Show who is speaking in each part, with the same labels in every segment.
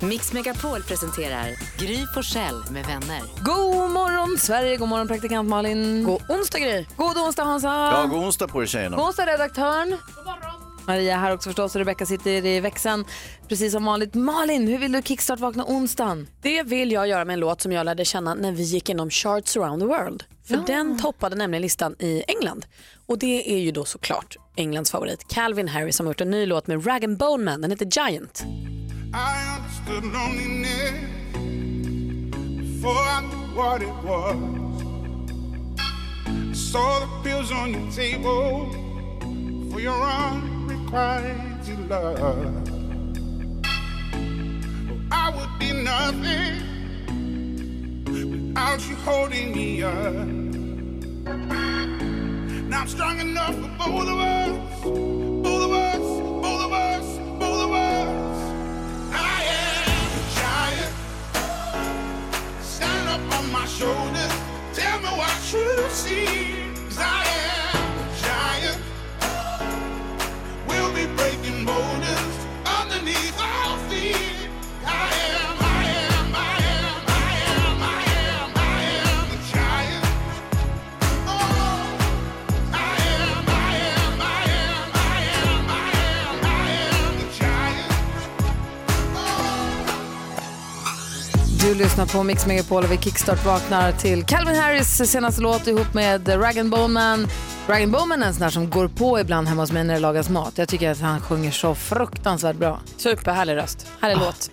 Speaker 1: Mix Megapol presenterar Gry Forssell med vänner.
Speaker 2: God morgon Sverige, god morgon praktikant Malin. God,
Speaker 3: Onsdag Gry.
Speaker 2: onsdag Hansa.
Speaker 4: Ja, god onsdag på er tjejerna.
Speaker 2: God onsdag redaktören. God morgon. Maria här också förstås och Rebecca sitter i växeln precis som vanligt. Malin, hur vill du kickstart vakna onsdagen?
Speaker 3: Det vill jag göra med en låt som jag lärde känna när vi gick igenom charts around the world. För den toppade nämligen listan i England. Och det är ju då såklart Englands favorit Calvin Harris som har gjort en ny låt med Rag and Bone Man. Den heter Giant.
Speaker 5: I understood loneliness before I knew what it was. I saw the pills on your table for your unrequited love. Oh, I would be nothing without you holding me up. Now I'm strong enough for both of us, both of us, both of us, both of us. I am a giant. Stand up on my shoulders. Tell me what you see. 'Cause I am a giant. We'll be breaking borders underneath our feet. I am, I am, I am, I am, I am, I am a giant. Oh, I am, I am, I am, I am, I am, I am a giant.
Speaker 2: Du lyssnar på Mix Megapol och vi kickstart vaknar till Calvin Harris senaste låt ihop med Rag and Bone Man. Rag and Bone Man är en sån här som går på ibland hemma hos mig när det lagas mat. Jag tycker att han sjunger så fruktansvärt bra.
Speaker 3: Superhärlig röst. Härlig
Speaker 2: Ah.
Speaker 3: låt.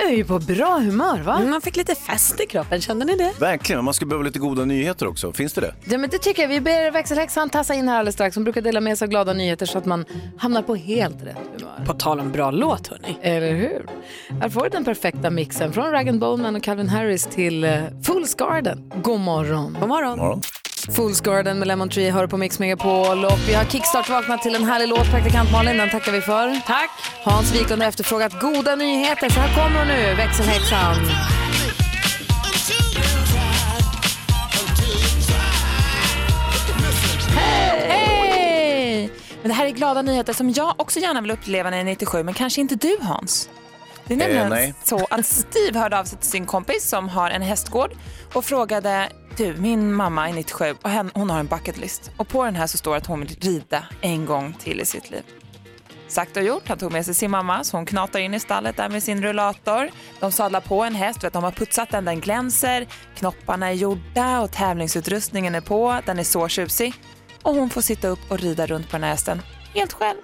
Speaker 2: Jag är ju på bra humör va?
Speaker 3: Mm, Man fick lite fest i kroppen, kände ni det?
Speaker 4: Verkligen, man skulle behöva lite goda nyheter också. Finns det det?
Speaker 2: Ja, men det tycker jag. Vi ber växelhäxan tassa in här alldeles strax. Hon brukar dela med sig av glada nyheter så att man hamnar på helt rätt humör.
Speaker 3: På tal om bra låt hörni.
Speaker 2: Eller hur? Här får du den perfekta mixen från Rag and Bone Man och Calvin Harris till eh, Fools Garden. God morgon.
Speaker 3: God morgon.
Speaker 4: Morgon.
Speaker 2: Fools Garden med Lemon Tree hör på Mix Megapol och vi har kickstart vaknat till en härlig låt, praktikant Malin, den tackar vi för. Tack! Hans Wiklund har efterfrågat goda nyheter, så här kommer hon nu, växelhäxan.
Speaker 6: Hej! Men det här är glada nyheter som jag också gärna vill uppleva när jag är 97, men kanske inte du Hans. Det är nämligen
Speaker 4: nej.
Speaker 6: så att Steve hörde av sig till sin kompis som har en hästgård och frågade du, min mamma är 97 och hen, hon har en bucketlist. Och på den här så står det att hon vill rida en gång till i sitt liv. Sagt och gjort, han tog med sig sin mamma så hon knatar in i stallet där med sin rullator. De sadlar på en häst, vet, de har putsat den, den glänser, knopparna är gjorda och tävlingsutrustningen är på, den är så tjusig. Och hon får sitta upp och rida runt på den här hästen helt själv.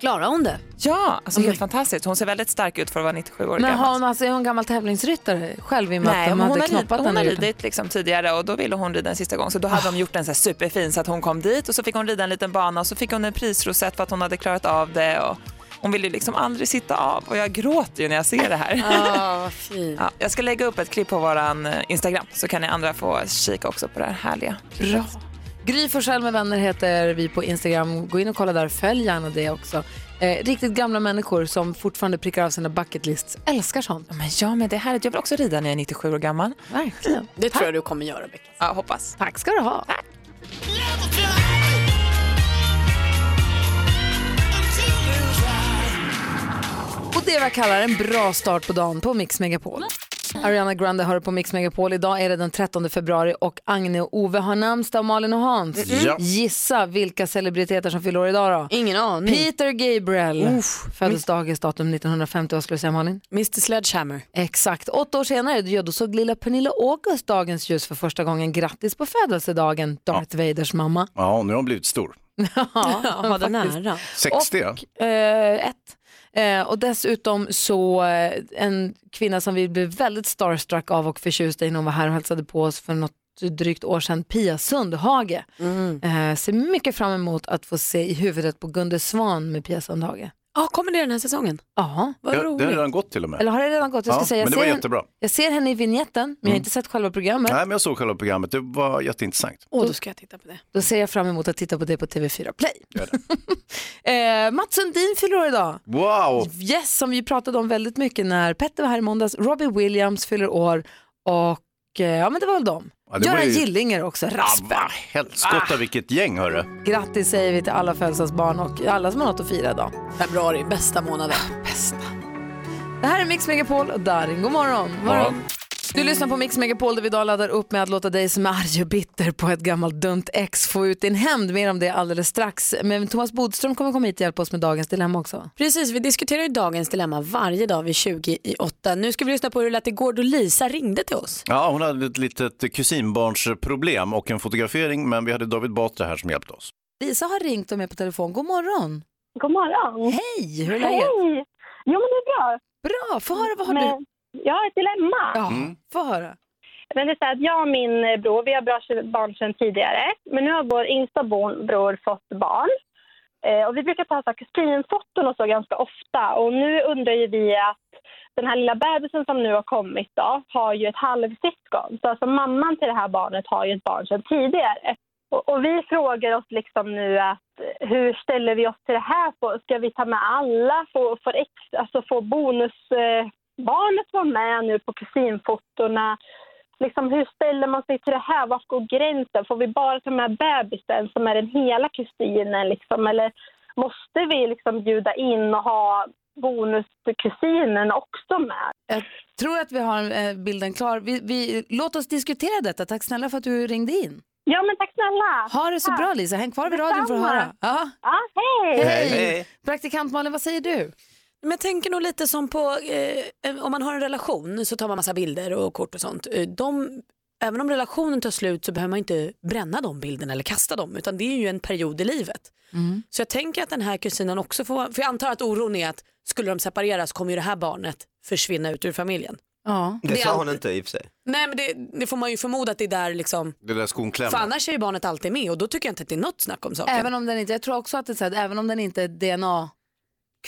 Speaker 3: Klarar hon det?
Speaker 6: Ja, alltså helt fantastiskt. Hon ser väldigt stark ut för att vara 97 år
Speaker 2: Men har
Speaker 6: gammal.
Speaker 2: hon, alltså, är hon gammal tävlingsryttare själv i och med att
Speaker 6: Nej,
Speaker 2: de
Speaker 6: men hon
Speaker 2: hade
Speaker 6: har, rid,
Speaker 2: knoppat
Speaker 6: hon har
Speaker 2: den? nu?
Speaker 6: ridit liksom tidigare och då ville hon rida en sista gång. Så då hade de gjort den så här superfin så att hon kom dit och så fick hon rida en liten bana och så fick hon en prisrosett för att hon hade klarat av det. Och hon ville ju liksom aldrig sitta av och jag gråter ju när jag ser det här.
Speaker 2: Ah.
Speaker 3: Ja, vad fint.
Speaker 6: Ja, jag ska lägga upp ett klipp på våran eh, Instagram så kan ni andra få kika också på det här härliga.
Speaker 2: Bra. Gry Forssell med vänner heter vi på Instagram. Gå in och kolla där, följ gärna det också. Eh, riktigt gamla människor som fortfarande prickar av sina bucket lists älskar sånt.
Speaker 6: Men ja, men det här, jag vill också rida när jag är 97 år gammal.
Speaker 2: Verkligen.
Speaker 3: Det tror jag du kommer göra Becka.
Speaker 6: Ja, hoppas.
Speaker 2: Tack ska du ha. Och det jag kallar en bra start på dagen på Mix Megapol. Ariana Grande hör på Mix Megapol. Idag är det den 13 februari och Agne och Ove har namnsdag, Malin och Hans.
Speaker 4: Ja.
Speaker 2: Gissa vilka celebriteter som fyller år idag då?
Speaker 3: Ingen aning.
Speaker 2: Peter Gabriel föddes dagens datum 1950, vad skulle du säga Malin?
Speaker 3: Mr Sledgehammer.
Speaker 2: Exakt. Åtta år senare ja, då såg lilla Pernilla August dagens ljus för första gången. Grattis på födelsedagen, Darth Vaders mamma.
Speaker 4: Ja, nu har hon blivit stor.
Speaker 3: Ja, vad det nära.
Speaker 4: 60 ja.
Speaker 2: Eh, ett. Eh, och dessutom så eh, en kvinna som vi blev väldigt starstruck av och förtjusta i när hon var här och hälsade på oss för något drygt år sedan, Pia Sundhage.
Speaker 3: Mm.
Speaker 2: Eh, ser mycket fram emot att få se i huvudet på Gunde Svan med Pia Sundhage.
Speaker 3: Ja, kommer det den här säsongen?
Speaker 2: Ja.
Speaker 3: Vad
Speaker 4: Ja,
Speaker 3: roligt.
Speaker 4: Den har redan gått till och med.
Speaker 2: Eller har det redan gått? Jag ska
Speaker 4: Ja,
Speaker 2: säga, jag
Speaker 4: men det
Speaker 2: ser
Speaker 4: var
Speaker 2: henne-
Speaker 4: jättebra. Mm.
Speaker 2: Jag ser henne i vignetten, men jag har inte sett själva programmet.
Speaker 4: Nej, men jag såg själva programmet. Det var jätteintressant.
Speaker 3: Åh, då ska jag titta på det.
Speaker 2: Då ser jag fram emot att titta på det på TV4 Play.
Speaker 4: Gör det.
Speaker 2: Eh, Mats Sundin fyller år idag.
Speaker 4: Wow!
Speaker 2: Yes, som vi pratade om väldigt mycket när Petter var här i måndags. Robbie Williams fyller år och eh, ja, men det var väl dem.
Speaker 4: Ja, det var
Speaker 2: Göran
Speaker 4: ju-
Speaker 2: Gillinger också, raspen.
Speaker 4: Ah, Helskotta vilket gäng hörru.
Speaker 2: Grattis säger vi till alla födelsedagsbarn och alla som har något att fira idag.
Speaker 3: Februari, bästa månaden.
Speaker 2: Det här är Mix Megapol och Darin, god morgon.
Speaker 4: morgon.
Speaker 2: Du lyssnar på Mix Megapol där vi idag laddar upp med att låta dig som är arg och bitter på ett gammalt dumt ex få ut din hämnd. Mer om det alldeles strax. Men Thomas Bodström kommer komma hit och hjälpa oss med dagens dilemma också.
Speaker 3: Precis, vi diskuterar ju dagens dilemma varje dag vid 20 i 8. Nu ska vi lyssna på hur det lät igår då Lisa ringde till oss.
Speaker 4: Ja, hon hade ett litet kusinbarnsproblem och en fotografering, men vi hade David Batra här som hjälpte oss.
Speaker 2: Lisa har ringt och med på telefon. God morgon.
Speaker 7: God morgon.
Speaker 2: Hej, hur är läget?
Speaker 7: Hej! Jo, men det är bra.
Speaker 2: Bra, få höra. Vad har du?
Speaker 7: Men jag har ett dilemma.
Speaker 2: Ja,
Speaker 4: Mm.
Speaker 2: få höra.
Speaker 7: Men det är så här att jag och min eh, bror, vi har bra tje- barn sedan tidigare. Men nu har vår yngsta bo- bror fått barn. Eh, och vi brukar ta så här kusinfoton och så ganska ofta. Och nu undrar ju vi att den här lilla bebisen som nu har kommit då, har ju ett halvsyskon. Så alltså mamman till det här barnet har ju ett barn sedan tidigare. Och, och vi frågar oss liksom nu att eh, hur ställer vi oss till det här? Får- Ska vi ta med alla? Får, får, ex, alltså får bonusbarnet eh, barnet vara med nu på kusinfotorna? liksom, hur ställer man sig till det här? Var går gränsen? Får vi bara ta med bebisen som är den hela kusinen? Liksom? Eller måste vi liksom bjuda in och ha bonuskusinen också med?
Speaker 2: Tror att vi har eh, bilden klar. Vi, vi, låt oss diskutera detta. Tack snälla för att du ringde in.
Speaker 7: Ja, men tack snälla!
Speaker 2: Ha det så bra Lisa. Häng kvar vid radion för att
Speaker 7: Detsamma.
Speaker 2: höra. Ja.
Speaker 7: Ja, hej!
Speaker 4: Hej.
Speaker 2: Praktikant Malin, vad säger du?
Speaker 3: Men jag tänker nog lite som på, eh, om man har en relation så tar man massa bilder och kort och sånt. Eh, De, även om relationen tar slut så behöver man inte bränna de bilderna eller kasta dem utan det är ju en period i livet. Så jag tänker att den här kusinen också får, för jag antar att oron är att skulle de separeras kommer ju det här barnet försvinna ut ur familjen.
Speaker 2: Ja.
Speaker 3: Det sa hon inte i och för sig. Nej men det, det får man ju förmoda att det är där liksom,
Speaker 4: Det där skon klämmer.
Speaker 3: för annars är ju barnet alltid med och då tycker jag inte att det är något snack om saken.
Speaker 2: Även om den inte, jag tror också att det är så här, även om den inte är DNA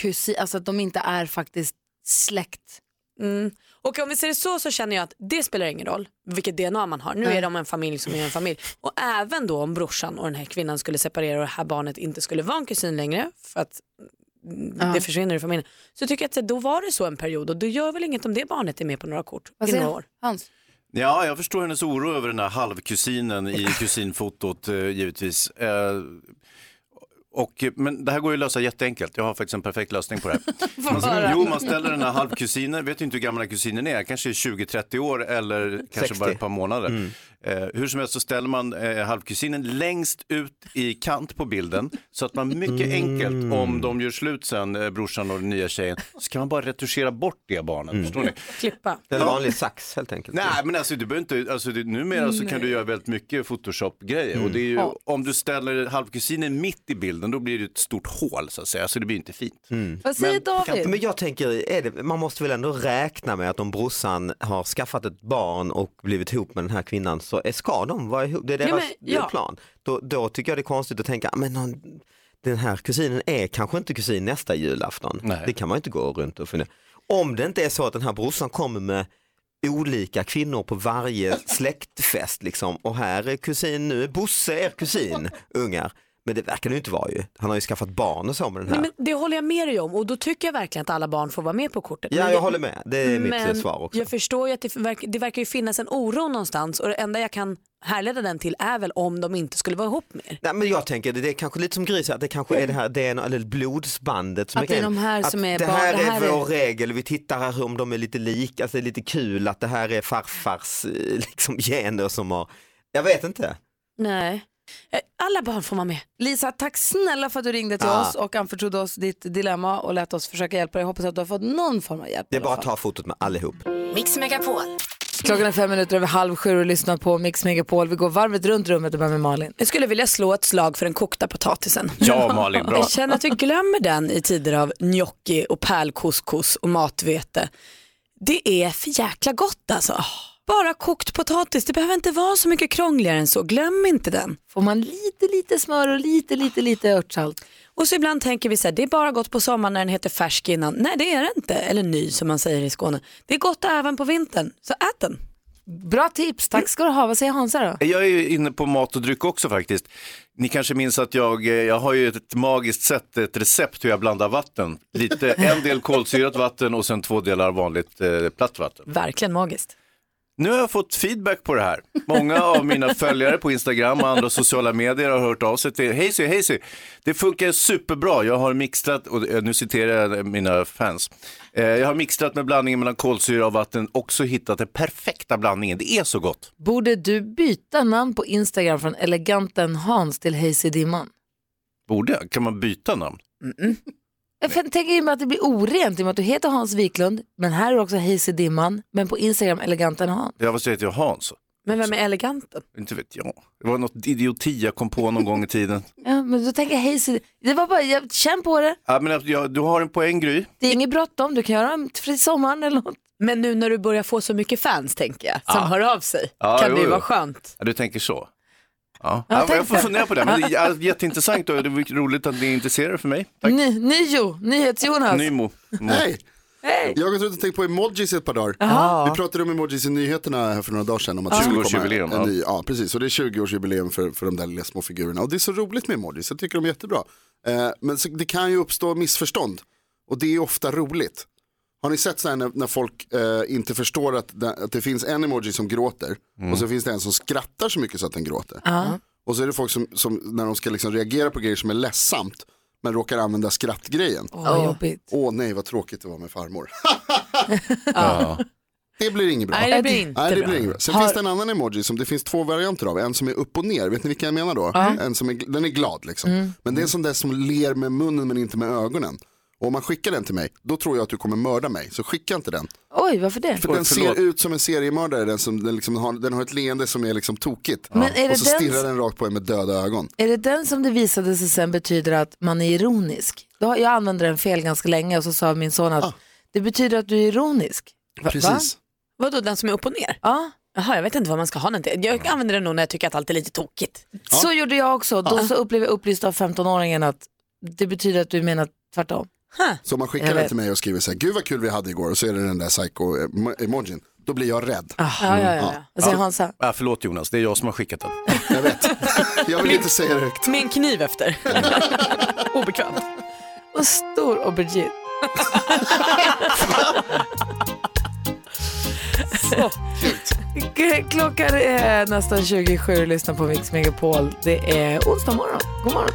Speaker 2: kusin, alltså att de inte är faktiskt släkt. Mm.
Speaker 3: Och om vi ser det så så känner jag att det spelar ingen roll vilket DNA man har. Nu är de en familj som är en familj. Och även då om brorsan och den här kvinnan skulle separera och det här barnet inte skulle vara en kusin längre för att mm, det försvinner ur familjen. Så tycker jag att så, då var det så en period och då gör väl inget om det barnet är med på några kort
Speaker 2: Vad
Speaker 3: i
Speaker 2: säger
Speaker 3: några år.
Speaker 2: Hans?
Speaker 4: Ja, jag förstår hennes oro över den här halvkusinen i kusinfotot eh, givetvis. Eh, och, men det här går ju att lösa jätteenkelt. Jag har faktiskt en perfekt lösning på det här. Man, jo, man ställer den här halvkusinen, vet ju inte hur gammal den här kusinen är, kanske 20-30 år eller kanske bara ett par månader. Eh, hur som helst så ställer man eh, halvkusinen längst ut i kant på bilden så att man mycket enkelt, om de gör slut sen, eh, brorsan och den nya tjejen, så kan man bara retuschera bort det barnet. Förstår ni?
Speaker 3: Klippa.
Speaker 8: En vanlig sax helt enkelt.
Speaker 4: Nej men alltså du behöver inte, alltså, det, numera så kan du göra väldigt mycket photoshop-grejer
Speaker 2: Mm.
Speaker 4: och det är ju, om du ställer halvkusinen mitt i bilden då blir det ett stort hål så att säga, så det blir inte fint.
Speaker 8: Mm.
Speaker 2: Vad säger David?
Speaker 8: Men jag tänker, är det, man måste väl ändå räkna med att om brorsan har skaffat ett barn och blivit ihop med den här kvinnan så är- ska de vara ihop, det är deras
Speaker 3: Ja, men, ja.
Speaker 8: plan. Då, då tycker jag det är konstigt att tänka, men någon, den här kusinen är kanske inte kusin nästa julafton.
Speaker 4: Nej.
Speaker 8: Det kan man inte gå runt och fundera. Om det inte är så att den här brorsan kommer med olika kvinnor på varje släktfest liksom och här är kusin, nu är Bosse er kusin, ungar. Men det verkar det ju inte vara ju. Han har ju skaffat barn och så med den här.
Speaker 3: Nej, men det håller jag med dig om och då tycker jag verkligen att alla barn får vara med på kortet. Men
Speaker 8: Ja, jag håller med. Det är mitt eh,
Speaker 3: Men
Speaker 8: svar också.
Speaker 3: jag förstår ju att det verkar, det verkar ju finnas en oro någonstans och det enda jag kan härleda den till är väl om de inte skulle vara ihop mer.
Speaker 8: Nej, men jag tänker, det är kanske lite som Gry säger, att det kanske är det här DNA, eller blodsbandet som
Speaker 2: Att
Speaker 8: är
Speaker 2: det är
Speaker 8: grejen.
Speaker 2: de här
Speaker 8: Att
Speaker 2: som är
Speaker 8: det
Speaker 2: barn,
Speaker 8: här,
Speaker 2: det här
Speaker 8: är
Speaker 2: är-
Speaker 8: vår regel, vi tittar här om de är lite lika, alltså det är lite kul att det här är farfars eh, liksom, gener som har, jag vet inte.
Speaker 3: Nej. Eh, Alla barn får vara med.
Speaker 2: Lisa, tack snälla för att du ringde till
Speaker 8: Ja.
Speaker 2: oss och anförtrodde oss ditt dilemma och lät oss försöka hjälpa dig. Jag hoppas att du har fått någon form av hjälp.
Speaker 8: Det
Speaker 2: i
Speaker 8: är
Speaker 2: alla
Speaker 8: bara att
Speaker 2: fall.
Speaker 8: ta fotot med allihop.
Speaker 1: Mix Megapol.
Speaker 2: Klockan är fem minuter över halv sju och lyssnar på Mix Megapol. Vi går varvet runt rummet och börjar med Malin.
Speaker 3: Jag skulle vilja slå ett slag för den kokta potatisen.
Speaker 4: Ja Malin, bra.
Speaker 3: Jag känner att vi glömmer den i tider av
Speaker 2: Ah.
Speaker 3: gnocchi och pärlcouscous och matvete. Det är för jäkla gott alltså. Bara kokt potatis, det behöver inte vara så mycket krångligare än så. Glöm inte den.
Speaker 2: Får man lite, lite smör och lite, lite, lite örtsalt.
Speaker 3: Och så ibland tänker vi så här, det är bara gott på sommaren när den heter färsk innan. Nej, det är det inte. Eller ny som man säger i Skåne. Det är gott även på vintern, så ät den.
Speaker 2: Bra tips, tack ska du ha. Vad säger Hansa då?
Speaker 4: Jag är ju inne på mat och dryck också faktiskt. Ni kanske minns att jag, eh, jag har ju ett magiskt sätt, ett recept hur jag blandar vatten. Lite, en del kolsyrat vatten och sen två delar vanligt eh, platt vatten.
Speaker 3: Verkligen magiskt.
Speaker 4: Nu har jag fått feedback på det här. Många av mina följare på Instagram och andra sociala medier har hört av sig till Hazy, Hazy, det funkar superbra. Jag har mixtrat, och eh, nu citerar jag mina fans, Eh, jag har mixtrat med blandningen mellan kolsyra och vatten också hittat den perfekta blandningen. Det är så gott.
Speaker 2: Borde du byta namn på Instagram från eleganten Hans till Hayes i dimman?
Speaker 4: Borde jag? Kan man byta namn?
Speaker 2: Jag fan- tänker ju med att det blir orent i och med att du heter Hans Wiklund, men här är också Hayes i dimman, men på Instagram eleganten Hans.
Speaker 4: Jag var heter jag Hans.
Speaker 3: Men vem är eleganten?
Speaker 4: Inte vet jag. Det var något idioti jag kom på någon gång i tiden.
Speaker 2: Ja, men då tänker jag Hayes i... Det var bara, jag, känn på det.
Speaker 4: Ja, men jag, du har en poäng Gry.
Speaker 2: Det är inget bråttom, du kan göra en fri sommaren eller något.
Speaker 3: Men nu när du börjar få så mycket fans tänker jag, som
Speaker 4: Ja.
Speaker 3: hör av sig,
Speaker 4: Ja,
Speaker 3: kan
Speaker 4: jo,
Speaker 3: det ju
Speaker 4: jo.
Speaker 3: vara skönt.
Speaker 4: Ja, du tänker så. Ja.
Speaker 2: Ja,
Speaker 4: Ja,
Speaker 2: tänk
Speaker 4: jag får
Speaker 2: så.
Speaker 4: fundera på det, men det är jätteintressant och det var roligt att ni är intresserade för mig.
Speaker 2: Ny, nio, NyhetsJonas.
Speaker 4: Nymo. Mo.
Speaker 9: Hej! Jag har gått runt och tänkt på emojis i ett par dagar.
Speaker 2: Jaha.
Speaker 9: Vi pratade om emojis i nyheterna här för några dagar sedan. Om att
Speaker 4: Ja.
Speaker 9: det skulle komma
Speaker 4: 20-årsjubileum,
Speaker 9: En
Speaker 4: ja.
Speaker 9: ny, ja, precis. Och det är 20-årsjubileum för, för de där lilla små figurerna. Och det är så roligt med emojis, jag tycker de är jättebra. Eh, men så, det kan ju uppstå missförstånd. Och det är ofta roligt. Har ni sett så här när, när folk eh, inte förstår att, det- att det finns en emoji som gråter
Speaker 4: Mm.
Speaker 9: och så finns det en som skrattar så mycket så att den gråter. Och så är det folk som, som när de ska liksom reagera på grejer som är ledsamt men råkar använda skrattgrejen.
Speaker 2: Åh, vad jobbigt.
Speaker 9: Åh nej vad tråkigt det var med farmor.
Speaker 4: Ja.
Speaker 9: Det blir inget bra.
Speaker 3: Nej, det blir inte
Speaker 9: Nej, det
Speaker 3: bra.
Speaker 9: blir inget bra. Sen
Speaker 3: Har-
Speaker 9: finns det en annan emoji som det finns två varianter av. En som är upp och ner, vet ni vilka jag menar då? En som är, den är glad liksom.
Speaker 3: Mm.
Speaker 9: Men det är en sån där som ler med munnen men inte med ögonen. Och om man skickar den till mig, då tror jag att du kommer mörda mig. Så skicka inte den.
Speaker 2: Oj, varför det?
Speaker 9: För
Speaker 4: Oj,
Speaker 9: den
Speaker 4: förlåt.
Speaker 9: ser ut som en seriemördare, den, som, den, liksom har, den har ett leende som är liksom tokigt.
Speaker 2: Men är det
Speaker 9: och så
Speaker 2: den-
Speaker 9: stirrar den rakt på en med döda ögon.
Speaker 2: Är det den som det visade sig sen betyder att man är ironisk? Då har- Jag använde den fel ganska länge och så sa min son
Speaker 9: Ah.
Speaker 2: att det betyder att du är ironisk. Va-
Speaker 9: Precis.
Speaker 3: Vadå, den som är upp och ner?
Speaker 2: Ja,
Speaker 3: Jaha, jag vet inte vad man ska ha den till. Jag använder den nog när jag tycker att allt är lite tokigt.
Speaker 2: så gjorde jag också. Då så blev jag upplyst av 15-åringen att det betyder att du menar tvärtom.
Speaker 9: Så om man skickar
Speaker 2: Jag
Speaker 9: den
Speaker 2: vet.
Speaker 9: till mig och skriver så här, gud vad kul vi hade igår, och så är det den där psycho-emojin. Då blir jag rädd. Mm.
Speaker 2: Ja, ja, ja. Vad säger Hansa?
Speaker 4: Ja, förlåt Jonas, det är jag som har skickat den.
Speaker 9: Jag vet. Jag vill inte säga det högt.
Speaker 3: Med en kniv efter. Obekvämt.
Speaker 2: Och stor aubergine. Så. K- Klockan är nästan 27 och lyssnar på Mix Megapol. Det är onsdag morgon. God morgon.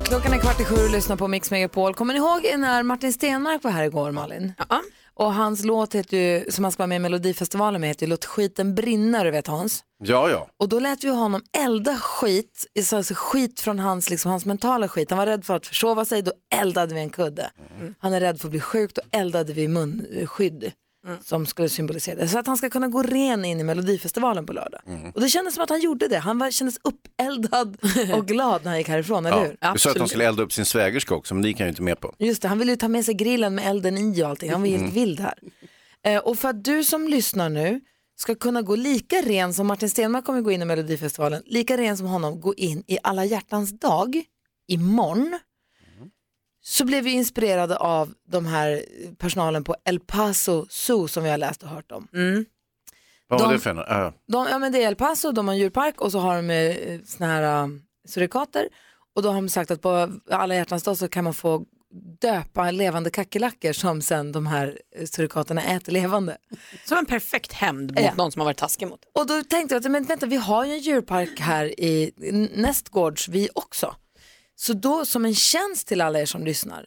Speaker 2: Klockan är kvart i sju och lyssnar på Mix Megapol. Kommer ni ihåg när Martin Stenmark var här igår, Malin? Ja. Och hans låt heter ju, som han ska vara med i Melodifestivalen med heter ju Låt skiten brinna, du vet Hans.
Speaker 4: Ja, ja.
Speaker 2: Och då lät vi honom elda skit, alltså skit från hans, liksom, hans mentala skit. Han var rädd för att försova sig, då eldade vi en kudde.
Speaker 3: Mm.
Speaker 2: Han är rädd för att bli sjuk, då eldade vi munskydd
Speaker 4: Mm.
Speaker 2: som skulle symbolisera det. Så att han ska kunna gå ren in i Melodifestivalen på lördag.
Speaker 4: Mm.
Speaker 2: Och det kändes som att han gjorde det. Han var, kändes uppeldad och glad när han gick härifrån, eller
Speaker 4: ja.
Speaker 2: hur?
Speaker 4: Du sa att de skulle elda upp sin svägerska också, men det gick jag ju inte med på.
Speaker 2: Just det, han ville ju ta med sig grillen med elden i och allting. Han var helt vild här. Eh, och för att du som lyssnar nu ska kunna gå lika ren som Martin Stenmarck kommer gå in i Melodifestivalen, lika ren som honom gå in i Alla hjärtans dag imorgon så blev vi inspirerade av de här personalen på El Paso Zoo som vi har läst och hört om.
Speaker 4: Vad var
Speaker 2: De-
Speaker 4: det för en? Ja.
Speaker 2: De, ja, men det är El Paso, de har en djurpark och så har de eh, såna här eh, surikater. Och då har de sagt att på alla hjärtans dag så kan man få döpa levande kackerlackor som sen de här eh, surikaterna äter levande.
Speaker 3: Som en perfekt hämnd mot
Speaker 2: Ja.
Speaker 3: någon som har varit taskig mot.
Speaker 2: Och då tänkte jag att men vänta, vi har ju en djurpark här i n- nästgårds vi också. Så då som en tjänst till alla er som lyssnar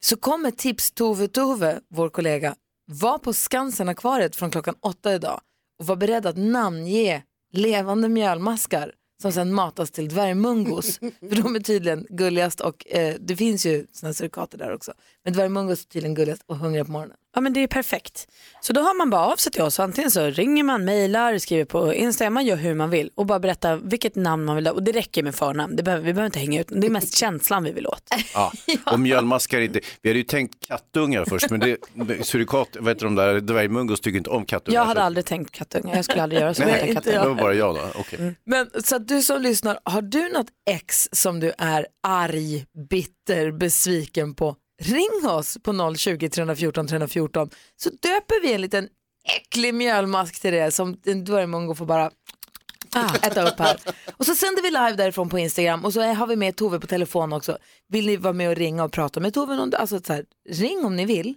Speaker 2: så kommer tips Tove Tove, vår kollega, var på Skansen-akvariet från klockan åtta idag och var beredd att namnge levande mjölmaskar som sen matas till dvärgmungos. För de är tydligen gulligast och eh, det finns ju sådana surikater där också. Men dvärgmungos är tydligen gulligast och hungriga på morgonen.
Speaker 3: Ja men det är perfekt. Så då hör man bara av sig till oss. Antingen så ringer man, mejlar, skriver på Instagram, man gör hur man vill och bara berättar vilket namn man vill ha. Och det räcker med förnamn, det behöver, vi behöver inte hänga ut, det är mest känslan vi vill åt.
Speaker 4: Ja. Och mjölmaskar inte. Vi hade ju tänkt kattungar först, men det, det- surikat, vad heter de där, dvärgmungos tycker inte om kattungar.
Speaker 3: Jag hade
Speaker 4: så-
Speaker 3: aldrig tänkt kattungar, jag skulle aldrig göra så. Mm.
Speaker 4: Nej,
Speaker 3: Jag tänker
Speaker 4: det
Speaker 3: kattungar.
Speaker 4: var bara jag då. Okej.
Speaker 2: Men så att du som lyssnar, har du något ex som du är arg, bitter, besviken på? Ring oss på 020 314 314 så döper vi en liten äcklig mjölmask till det som en dvärgmongo får bara ah, äta upp här. Och så sänder vi live därifrån på Instagram och så är- har vi med Tove på telefon också. Vill ni vara med och ringa och prata med Tove? om- Alltså så här, ring om ni vill.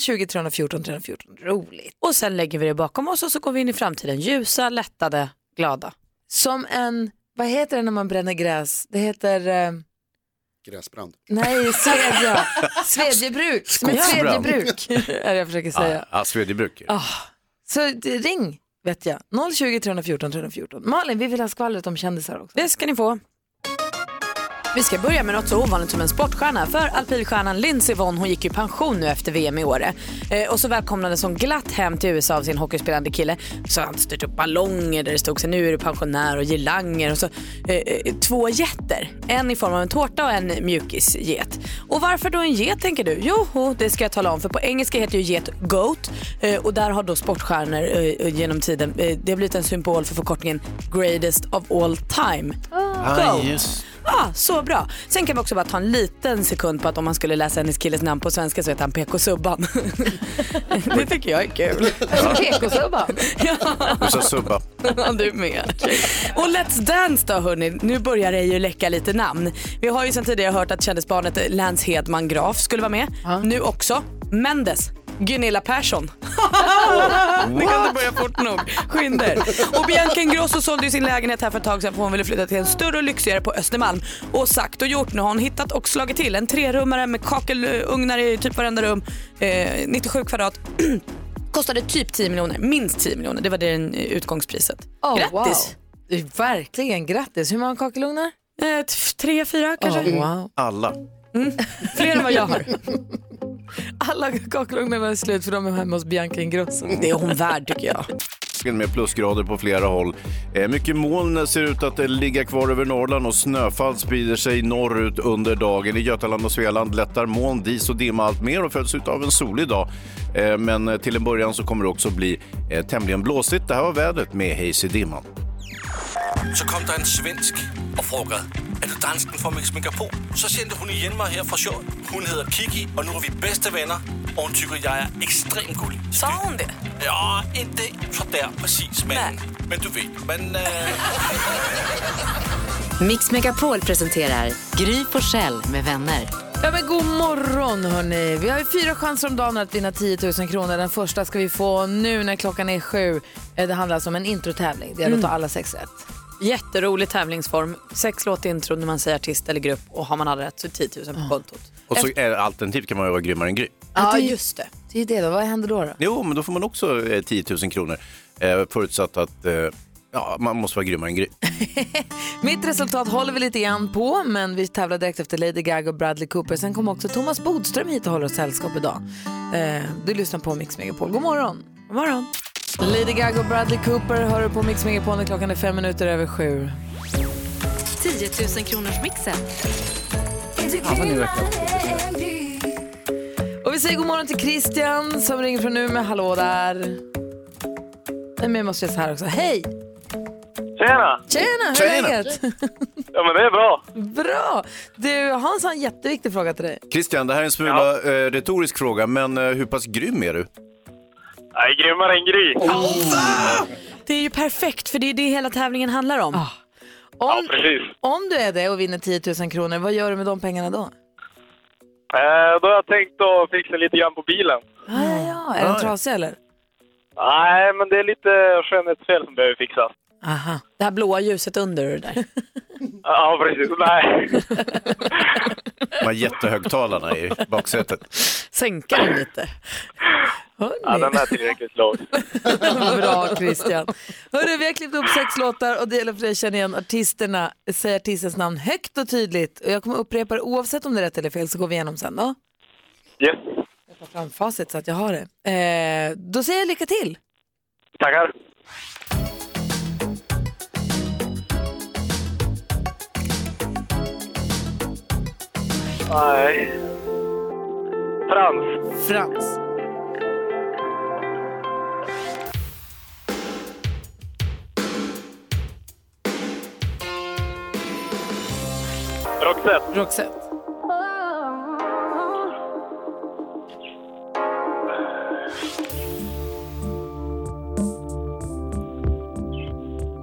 Speaker 2: 020 314 314. Roligt.
Speaker 3: Och sen lägger vi det bakom oss och så går vi in i framtiden, ljusa, lättade, glada.
Speaker 2: Som en, vad heter det när man bränner gräs? Det heter... Eh,
Speaker 9: Gräsbrand.
Speaker 2: Nej, svedja. Svedjebruk. Som ett
Speaker 4: Skogsbrand.
Speaker 2: svedjebruk är det jag försöker säga.
Speaker 4: Ah, Svedjebruk.
Speaker 2: Ah, så det- ring, vet jag. 020 314 314. Malin, vi vill ha skvallret om kändisar också.
Speaker 3: Det ska ni få. Vi ska börja med något så ovanligt som en sportstjärna. För alpilstjärnan Lindsey Vonn hon gick ju i pension nu efter VM i Åre. Eh, och så välkomnades hon glatt hem till USA av sin hockeyspelande kille. Så han styrt upp ballonger där det stod så nu är du pensionär och girlanger. Och så, eh, eh, två getter, en i form av en tårta och en mjukisget. Och varför då en get tänker du? Joho, det ska jag tala om. För på engelska heter ju get goat. Eh, och där har då sportstjärnor eh, genom tiden, eh, det har blivit en symbol för förkortningen greatest of all time.
Speaker 10: Ah.
Speaker 3: Goat. Ja, Ah, så bra. Sen kan vi också bara ta en liten sekund på att om man skulle läsa hennes killes namn på svenska så heter han PK-subban. det tycker jag är kul.
Speaker 4: Alltså,
Speaker 2: PK-subban?
Speaker 4: Du sa subba.
Speaker 3: Ja, du med. Och Let's Dance då hörni, nu börjar det ju läcka lite namn. Vi har ju sedan tidigare hört att kändisbarnet Lance Hedman Graf skulle vara med. Nu också Mendes. Gunilla Persson. Ni kan inte börja fort nog. Skynda er. Och Bianca Ingrosso sålde ju sin lägenhet här för ett tag sedan för hon ville flytta till en större och lyxigare på Östermalm. Och sagt och gjort, nu har hon hittat och slagit till en trerummare med kakelugnar i typ varenda rum. Eh, 97 kvadrat. Kostade typ 10 miljoner, minst 10 miljoner. Det var det eh, utgångspriset.
Speaker 2: Oh,
Speaker 3: Grattis!
Speaker 2: Wow. Verkligen grattis. Hur många kakelugnar?
Speaker 3: Eh, tre, fyra kanske.
Speaker 2: Oh, wow.
Speaker 4: Alla.
Speaker 3: Fler än vad jag har.
Speaker 2: Alla kakelugnar var slut för de är hemma hos Bianca Ingrosso.
Speaker 3: Det är hon värd tycker jag.
Speaker 4: Med plusgrader på flera håll. Eh, Mycket moln ser ut att eh, ligga kvar över Norrland och snöfall sprider sig norrut under dagen. I Götaland och Svealand lättar moln, dis och dimma allt mer och följs ut av en solig dag. Eh, Men eh, till en början så kommer det också bli eh, tämligen blåsigt. Det här var vädret med Hayes i dimman.
Speaker 11: Så kom der en svensk og frågade, er du dansken fra Mix Megapol? Så sendte hun igen mig her fra showet. Hun hedder Kiki, og nu er vi bedste venner, og hun tykker, jeg er ekstremt gullig. Så hun det? Ja, inte sådär præcis, men, men du ved, øh- men...
Speaker 1: Mix Megapol presenterar Gry Forssell med vänner.
Speaker 2: Ja, men god morgon hörni. Vi har ju fyra chanser om dagen att vinna 10 000 kronor. Den första ska vi få nu när klockan är sju. Eh, Det handlar alltså om en introtävling. Det gäller att ta
Speaker 3: Mm.
Speaker 2: alla sex rätt.
Speaker 3: Jätterolig tävlingsform. Sex låt intro när man säger artist eller grupp och har man alla rätt så är det 10 000 på kontot.
Speaker 4: Och så är alternativt kan man ju vara grymmare än Gry.
Speaker 2: Ja, just det. Det är det då. Vad händer då? då?
Speaker 4: Jo, men då får man också eh, 10 000 kronor. Eh, Förutsatt att eh, ja, man måste vara grymmare än Gry.
Speaker 2: Mitt resultat håller vi lite grann på, men vi tävlar direkt efter Lady Gaga och Bradley Cooper. Sen kommer också Thomas Bodström hit och håller oss sällskap idag. Eh, du lyssnar på Mix Megapol. God morgon. God morgon. Lady Gaga och Bradley Cooper hör du på Mix Megapol när klockan är fem minuter över sju.
Speaker 1: 10 000 kronors mixen.
Speaker 2: Och vi säger god morgon till Christian som ringer från Umeå. Hallå där. Nej, men jag måste säga så här också. Hej!
Speaker 12: Tjena!
Speaker 2: Tjena, hur är
Speaker 12: Tjena.
Speaker 2: läget?
Speaker 12: Ja men det är bra.
Speaker 2: Bra! Du, Hans har en jätteviktig fråga till dig.
Speaker 4: Christian, det här är en smula eh, retorisk fråga, men eh, hur pass grym är du?
Speaker 12: Jag är grymmare än Gry.
Speaker 3: Det är ju perfekt för det är det hela tävlingen handlar om.
Speaker 2: Om,
Speaker 12: Precis.
Speaker 2: om du är det och vinner 10 000 kronor, vad gör du med de pengarna då?
Speaker 12: Eh, då har jag tänkt att fixa lite grann på bilen.
Speaker 2: Ja, är den trasig eller?
Speaker 12: Nej, men det är lite skönhetsfel som behöver fixas.
Speaker 2: Aha.
Speaker 3: Det här blåa ljuset under det där.
Speaker 12: Ja, precis. Nej.
Speaker 4: De här jättehögtalarna i baksätet.
Speaker 3: Sänka den lite.
Speaker 12: Ja, den är tillräckligt låg.
Speaker 2: Bra Christian. Hörru, vi har klippt upp sex låtar och det gäller för dig att känna igen artisterna. Säg artistens namn högt och tydligt. Och jag kommer upprepa det oavsett om det är rätt eller fel så går vi igenom sen. Då.
Speaker 12: Yes.
Speaker 2: ta fram facit så att jag har det. Eh, då säger jag lycka till.
Speaker 12: Tackar. Nej. Frans.
Speaker 2: Frans.
Speaker 12: Roxette.
Speaker 2: Roxette.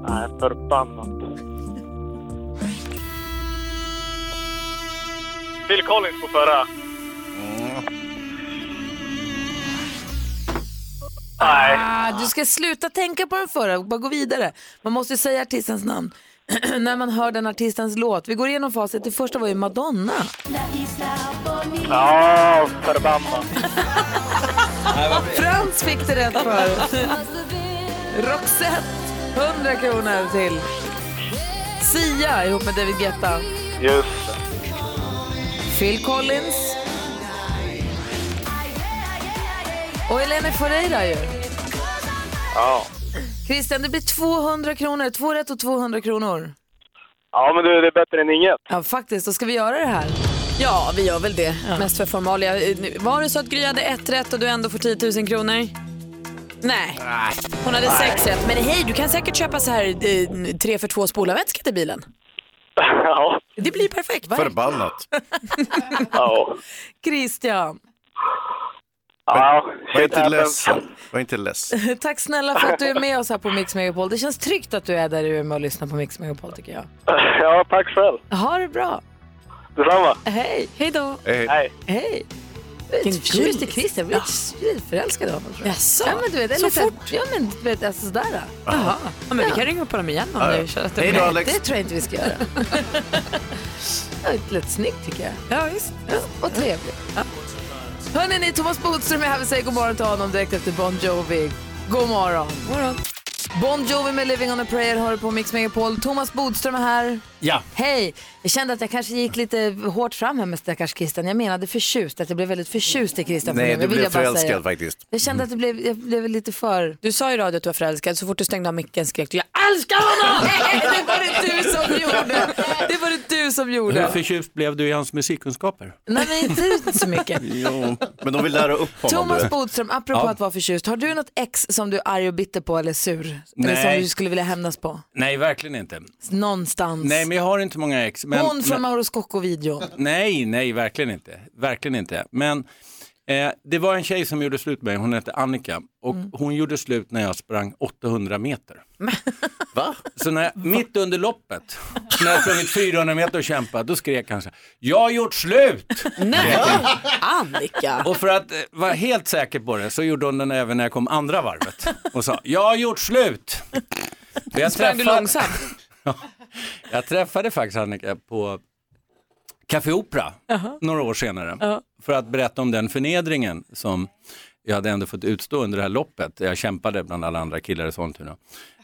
Speaker 12: Nej, förbannat. Phil Collins på förra. Nej.
Speaker 2: Ah, du ska sluta tänka på den förra och bara gå vidare. Man måste ju säga artistens namn när man hör den artistens låt. Vi går igenom facit. Det första var ju Madonna.
Speaker 12: Ja, förbannat.
Speaker 2: Frans fick det rätt för. Roxette, 100 kronor till. Sia ihop med David Guetta.
Speaker 12: Just
Speaker 2: Phil Collins. Och Elena Ferreira ju.
Speaker 12: Ja.
Speaker 2: Christian, det blir 200 kronor. Två rätt och 200 kronor.
Speaker 12: Ja, men du, det är bättre än inget.
Speaker 2: Ja, faktiskt. Då ska vi göra det här.
Speaker 3: Ja, vi gör väl det. Mest för formalia. Var det så att Gry hade ett rätt och du ändå får 10 000 kronor? Nej. Hon hade
Speaker 12: Nej.
Speaker 3: sex rätt. Men hej, du kan säkert köpa så här eh, tre för två spolarvätska till bilen.
Speaker 12: Ja.
Speaker 3: Det blir perfekt.
Speaker 4: Förbannat.
Speaker 12: Ja.
Speaker 2: Christian,
Speaker 4: Var
Speaker 12: shit
Speaker 4: inte
Speaker 12: happens.
Speaker 4: ledsen. Var inte ledsen.
Speaker 2: tack snälla för att du är med oss här på Mix Megapol. Det känns tryggt att du är där i Umeå och lyssnar på Mix Megapol tycker jag.
Speaker 12: Ja, tack själv.
Speaker 2: Ha det bra.
Speaker 12: Detsamma.
Speaker 2: Hej. Hej då.
Speaker 12: Hej. Hej.
Speaker 2: Hej. Vilken gullig till Christian. Jag blir lite förälskad i honom. tror jag.
Speaker 3: Jaså?
Speaker 2: Ja, men du vet,
Speaker 3: Så
Speaker 2: eller fort? Ja, men du vet, alltså sådär.
Speaker 3: Jaha.
Speaker 2: Ja, men vi kan ringa upp honom igen om
Speaker 3: Ja, ja.
Speaker 2: du känner att
Speaker 3: Hej då,
Speaker 2: Nej,
Speaker 3: Alex.
Speaker 2: Det tror jag inte vi ska göra. det lät snyggt tycker jag. Ja, visst. Och trevligt. Ja. Hörrni, ni, Thomas Bodström är här. Vi säger god morgon till honom direkt efter Bon Jovi. God morgon. morgon. Bon Jovi med Living on a prayer hör du på Mix Megapol. Thomas Bodström är här.
Speaker 13: Ja.
Speaker 2: Hej! Jag kände att jag kanske gick lite hårt fram här med stackars Christian. Jag menade förtjust, att jag blev väldigt förtjust i Christian.
Speaker 4: Nej,
Speaker 2: Fernelius,
Speaker 4: du
Speaker 2: vill
Speaker 4: blev
Speaker 2: jag bara
Speaker 4: förälskad
Speaker 2: säga.
Speaker 4: faktiskt.
Speaker 2: Jag kände att det blev, jag blev lite för...
Speaker 3: Du sa i radio att du var förälskad. Så fort du stängde av micken skrek du jag
Speaker 2: älskar honom! det var det du som gjorde. Det var det du som
Speaker 13: Hur
Speaker 2: gjorde.
Speaker 13: förtjust blev du i hans musikkunskaper?
Speaker 2: Nej, men inte, inte så mycket.
Speaker 13: Jo,
Speaker 4: men de vill lära upp
Speaker 2: Thomas Bodström, apropå
Speaker 13: Ja.
Speaker 2: att vara förtjust, har du något ex som du är arg och bitter på eller sur? Eller som
Speaker 13: Nej.
Speaker 2: du skulle vilja hämnas på?
Speaker 13: Nej, verkligen inte.
Speaker 2: Någonstans.
Speaker 13: Nej, men jag har inte många ex. Men,
Speaker 2: Hon från Mauro Scocco-videon.
Speaker 13: Nej, nej, verkligen inte. Verkligen inte. Men eh, det var en tjej som gjorde slut med mig, hon hette Annika. Och
Speaker 3: Mm.
Speaker 13: hon gjorde slut när jag sprang 800 meter. Va? Så när jag, mitt under loppet, när jag sprungit 400 meter och kämpat, då skrek han så här, jag har gjort slut!
Speaker 3: Nej, Annika.
Speaker 13: Och för att eh, vara helt säker på det så gjorde hon den även när jag kom andra varvet och sa, jag har gjort slut! Och Jag
Speaker 3: Sprang du
Speaker 13: träffade-
Speaker 3: långsamt?
Speaker 13: jag träffade faktiskt Annika på Café Opera några år senare för att berätta om den förnedringen som jag hade ändå fått utstå under det här loppet. Jag kämpade bland alla andra killar och sånt. ju då.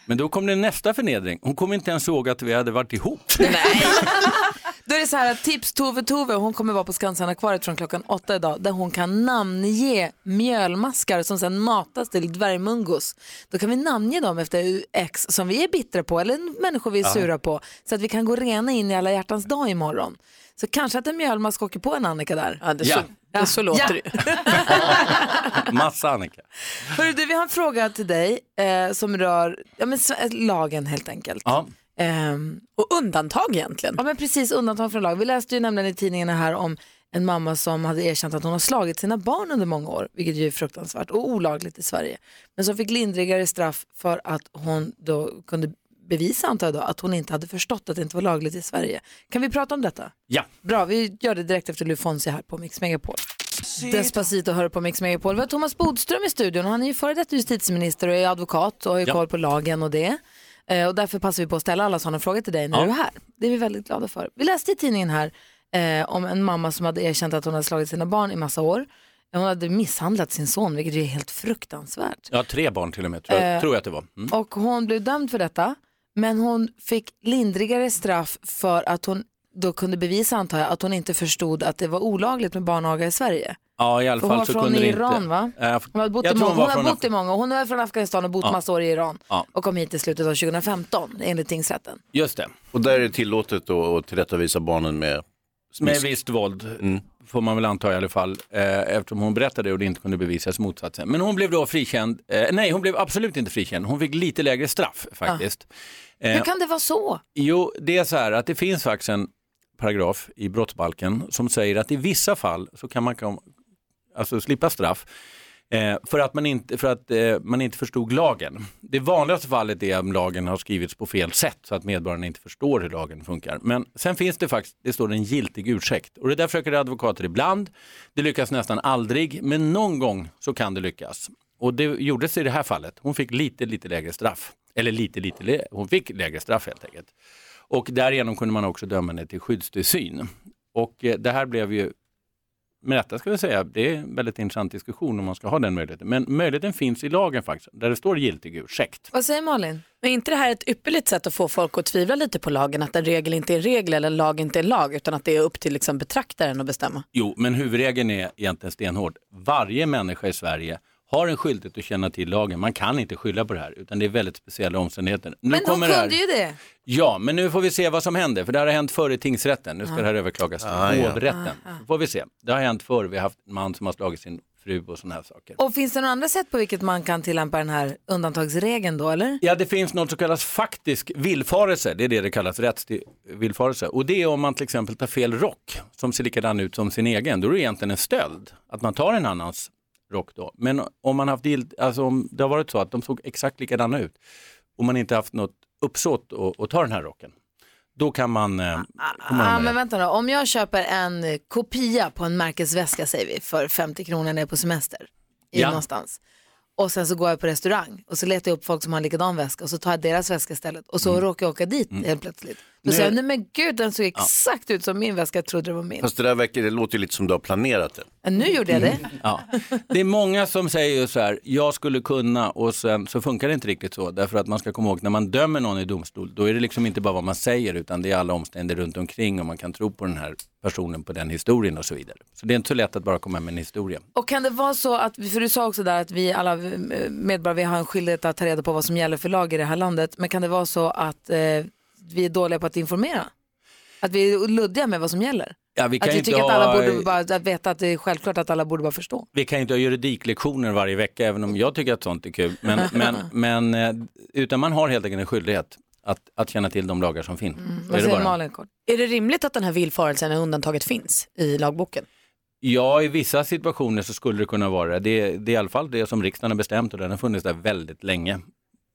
Speaker 13: Men då kom det nästa förnedring. Hon kom inte ens ihåg att vi hade varit ihop.
Speaker 2: Då är det så här att tips Tove Tove, hon kommer vara på Skansen-akvariet från klockan åtta idag, där hon kan namnge mjölmaskar som sedan matas till dvärgmungos. Då kan vi namnge dem efter ex som vi är bittra på eller människor vi är
Speaker 3: Ja.
Speaker 2: sura på, så att vi kan gå rena in i alla hjärtans dag imorgon. Så kanske att en mjölmask åker på en Annika där. Ja,
Speaker 13: det- så- Ja.
Speaker 3: det- så låter det
Speaker 13: Massa Annika.
Speaker 2: Hörru, du, vi har en fråga till dig eh, som rör ja, men, s- eh, lagen helt enkelt. Ehm,
Speaker 13: Ja.
Speaker 2: och undantag egentligen. Ja men precis, undantag från lag. Vi läste ju nämligen i tidningarna här om en mamma som hade erkänt att hon har slagit sina barn under många år, vilket ju är fruktansvärt och olagligt i Sverige. Men som fick lindrigare straff för att hon då kunde bevisa, antar jag då, att hon inte hade förstått att det inte var lagligt i Sverige. Kan vi prata om detta?
Speaker 13: Ja.
Speaker 2: Bra, vi gör det direkt efter Lufonsi här på Mix Megapol. Despacito hör på Mix Megapol. Vi har Thomas Bodström i studion. Han är ju före detta justitieminister och är advokat och har ju
Speaker 3: Ja.
Speaker 2: koll på lagen och det. Eh, Och därför passar vi på att ställa alla sådana frågor till dig när
Speaker 3: Ja.
Speaker 2: du är här. Det är vi väldigt glada för. Vi läste i tidningen här eh, om en mamma som hade erkänt att hon hade slagit sina barn i massa år. Hon hade misshandlat sin son, vilket ju är helt fruktansvärt.
Speaker 13: Jag har tre barn till och med, tror jag,
Speaker 2: Eh,
Speaker 13: tror jag att det var. Mm.
Speaker 2: Och hon blev dömd för detta, men hon fick lindrigare straff för att hon då kunde bevisa, antar jag, att hon inte förstod att det var olagligt med barnaga i Sverige.
Speaker 13: Ja, i alla
Speaker 2: För hon
Speaker 13: fall
Speaker 2: var
Speaker 13: så
Speaker 2: från
Speaker 13: kunde det inte...
Speaker 2: Iran va?
Speaker 13: Eh,
Speaker 2: Hon har bott, i,
Speaker 13: jag tror
Speaker 2: många,
Speaker 13: hon var
Speaker 2: hon har
Speaker 13: från...
Speaker 2: bott i många år. Hon är från Afghanistan och bott
Speaker 4: Ja.
Speaker 2: massa år i Iran
Speaker 4: Ja.
Speaker 2: och kom hit i slutet av 2015 enligt tingsrätten.
Speaker 13: Just det.
Speaker 4: Och där är det tillåtet då att tillrättavisa barnen med Mm.
Speaker 13: Med visst våld, får man väl anta i alla fall, eh, eftersom hon berättade och det inte kunde bevisas motsatsen. Men hon blev då frikänd, eh, nej hon blev absolut inte frikänd, hon fick lite lägre straff faktiskt. Eh,
Speaker 2: Ah. Hur kan det vara så?
Speaker 13: Jo, det är så här att det finns faktiskt en paragraf i brottsbalken som säger att i vissa fall så kan man kom, alltså slippa straff eh, för att, man inte, för att eh, man inte förstod lagen. Det vanligaste fallet är om lagen har skrivits på fel sätt så att medborgarna inte förstår hur lagen funkar. Men sen finns det faktiskt, det står en giltig ursäkt och det där försöker advokater ibland. Det lyckas nästan aldrig, men någon gång så kan det lyckas. Och det gjordes i det här fallet. Hon fick lite, lite lägre straff. Eller lite, lite, lä- hon fick lägre straff helt enkelt. Och därigenom kunde man också döma henne till skyddstillsyn. Och eh, det här blev ju, med rätta ska vi säga, det är en väldigt intressant diskussion om man ska ha den möjligheten. Men möjligheten finns i lagen faktiskt, där det står giltig ursäkt.
Speaker 2: Vad säger Malin?
Speaker 3: Men är inte det här ett ypperligt sätt att få folk att tvivla lite på lagen? Att en regel inte är en regel eller en lag inte är en lag utan att det är upp till liksom betraktaren att bestämma.
Speaker 13: Jo, men huvudregeln är egentligen stenhård. Varje människa i Sverige har en skyldighet att känna till lagen. Man kan inte skylla på det här, utan det är väldigt speciella omständigheter. Nu
Speaker 2: Men de
Speaker 13: det
Speaker 2: kunde ju det.
Speaker 13: Ja, men nu får vi se vad som händer, för det här har hänt före tingsrätten. Nu ska
Speaker 2: Ja.
Speaker 13: det här överklagas till
Speaker 4: Ah, ja.
Speaker 13: hovrätten.
Speaker 2: Ah, ah.
Speaker 13: Så får vi se. Det har hänt förr, vi har haft en man som har slagit sin fru och sådana här saker.
Speaker 2: Och finns det några andra sätt på vilket man kan tillämpa den här undantagsregeln då eller?
Speaker 13: Ja, det finns något som kallas faktisk villfarelse. Det är det det kallas, rättsvillfarelse. Och det är om man till exempel tar fel rock som ser likadan ut som sin egen. Då är det egentligen en stöld, att man tar en annans rock då. Men om, man haft, gild- alltså om det har varit så att de såg exakt likadana ut och man inte haft något uppsåt att, att ta den här rocken, då kan man... Eh, får man
Speaker 2: Ja, Ah, men vänta då. Om jag köper en eh, kopia på en märkesväska säger vi för 50 kronor när jag är på semester i
Speaker 13: Ja.
Speaker 2: någonstans. Och sen så går jag på restaurang och så letar jag upp folk som har en likadan väska och så tar jag deras väska istället och så råkar jag åka dit helt plötsligt. Då
Speaker 4: Mm. Nu-
Speaker 2: säger jag, nej men gud den såg exakt ut som min väska, jag trodde det var min.
Speaker 4: Fast Mm. det där verkar, det låter ju lite som du har planerat det.
Speaker 2: Men nu gjorde jag det.
Speaker 13: Ja. Det är många som säger ju så här, jag skulle kunna och sen så funkar det inte riktigt så. Därför att man ska komma ihåg, när man dömer någon i domstol, då är det liksom inte bara vad man säger utan det är alla omständigheter runt omkring och man kan tro på den här personen, på den historien och så vidare. Så det är inte så lätt att bara komma med en historia.
Speaker 2: Och kan det vara så att, för du sa också där att vi alla eh, medborgare vi har en skyldighet att ta reda på vad som gäller för lag i det här landet, men kan det vara så att eh, vi är dåliga på att informera? Att vi är luddiga med vad som gäller?
Speaker 13: Ja, vi kan
Speaker 2: att vi
Speaker 13: inte
Speaker 2: tycker att alla
Speaker 13: ha-
Speaker 2: borde bara, att veta att det är självklart att alla borde bara förstå.
Speaker 13: Vi kan ju inte ha juridiklektioner varje vecka, även om jag tycker att sånt är kul. Men, men, men eh, utan man har helt enkelt en skyldighet att, att känna till de lagar som
Speaker 2: Mm.
Speaker 13: finns. Så är det bara.
Speaker 3: Är det rimligt att den här villfarelsen och undantaget finns i lagboken?
Speaker 13: Ja, i vissa situationer så skulle det kunna vara det. det. Det är i alla fall det som riksdagen har bestämt och den har funnits där väldigt länge.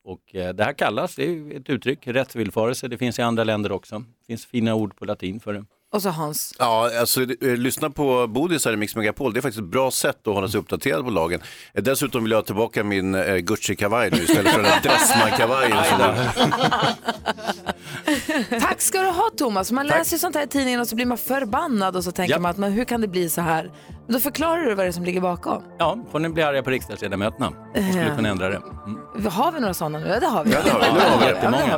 Speaker 13: Och eh, det här kallas, det är ju ett uttryck, rättsvillfarelse. Det finns i andra länder också. Det finns fina ord på latin för det.
Speaker 2: Och så Hans.
Speaker 4: Ja, alltså eh, lyssna på Bodis här i Mix Megapol. Det är faktiskt ett bra sätt att hålla sig uppdaterad på lagen. Eh, Dessutom vill jag ha tillbaka min eh, Gucci-kavaj nu istället för den där Dressman-kavajen. som du-
Speaker 2: Tack ska du ha Thomas. Man läser ju sånt här i tidningen och så blir man förbannad och så tänker
Speaker 13: Ja.
Speaker 2: man att men hur kan det bli så här? Men då förklarar du vad det är som ligger bakom.
Speaker 13: Ja, får ni bli arga på riksdagsledamöterna. De skulle
Speaker 2: Ja.
Speaker 13: kunna ändra det. Mm.
Speaker 2: Har vi några sådana nu? Eh. Ja, det har vi. Ja, det har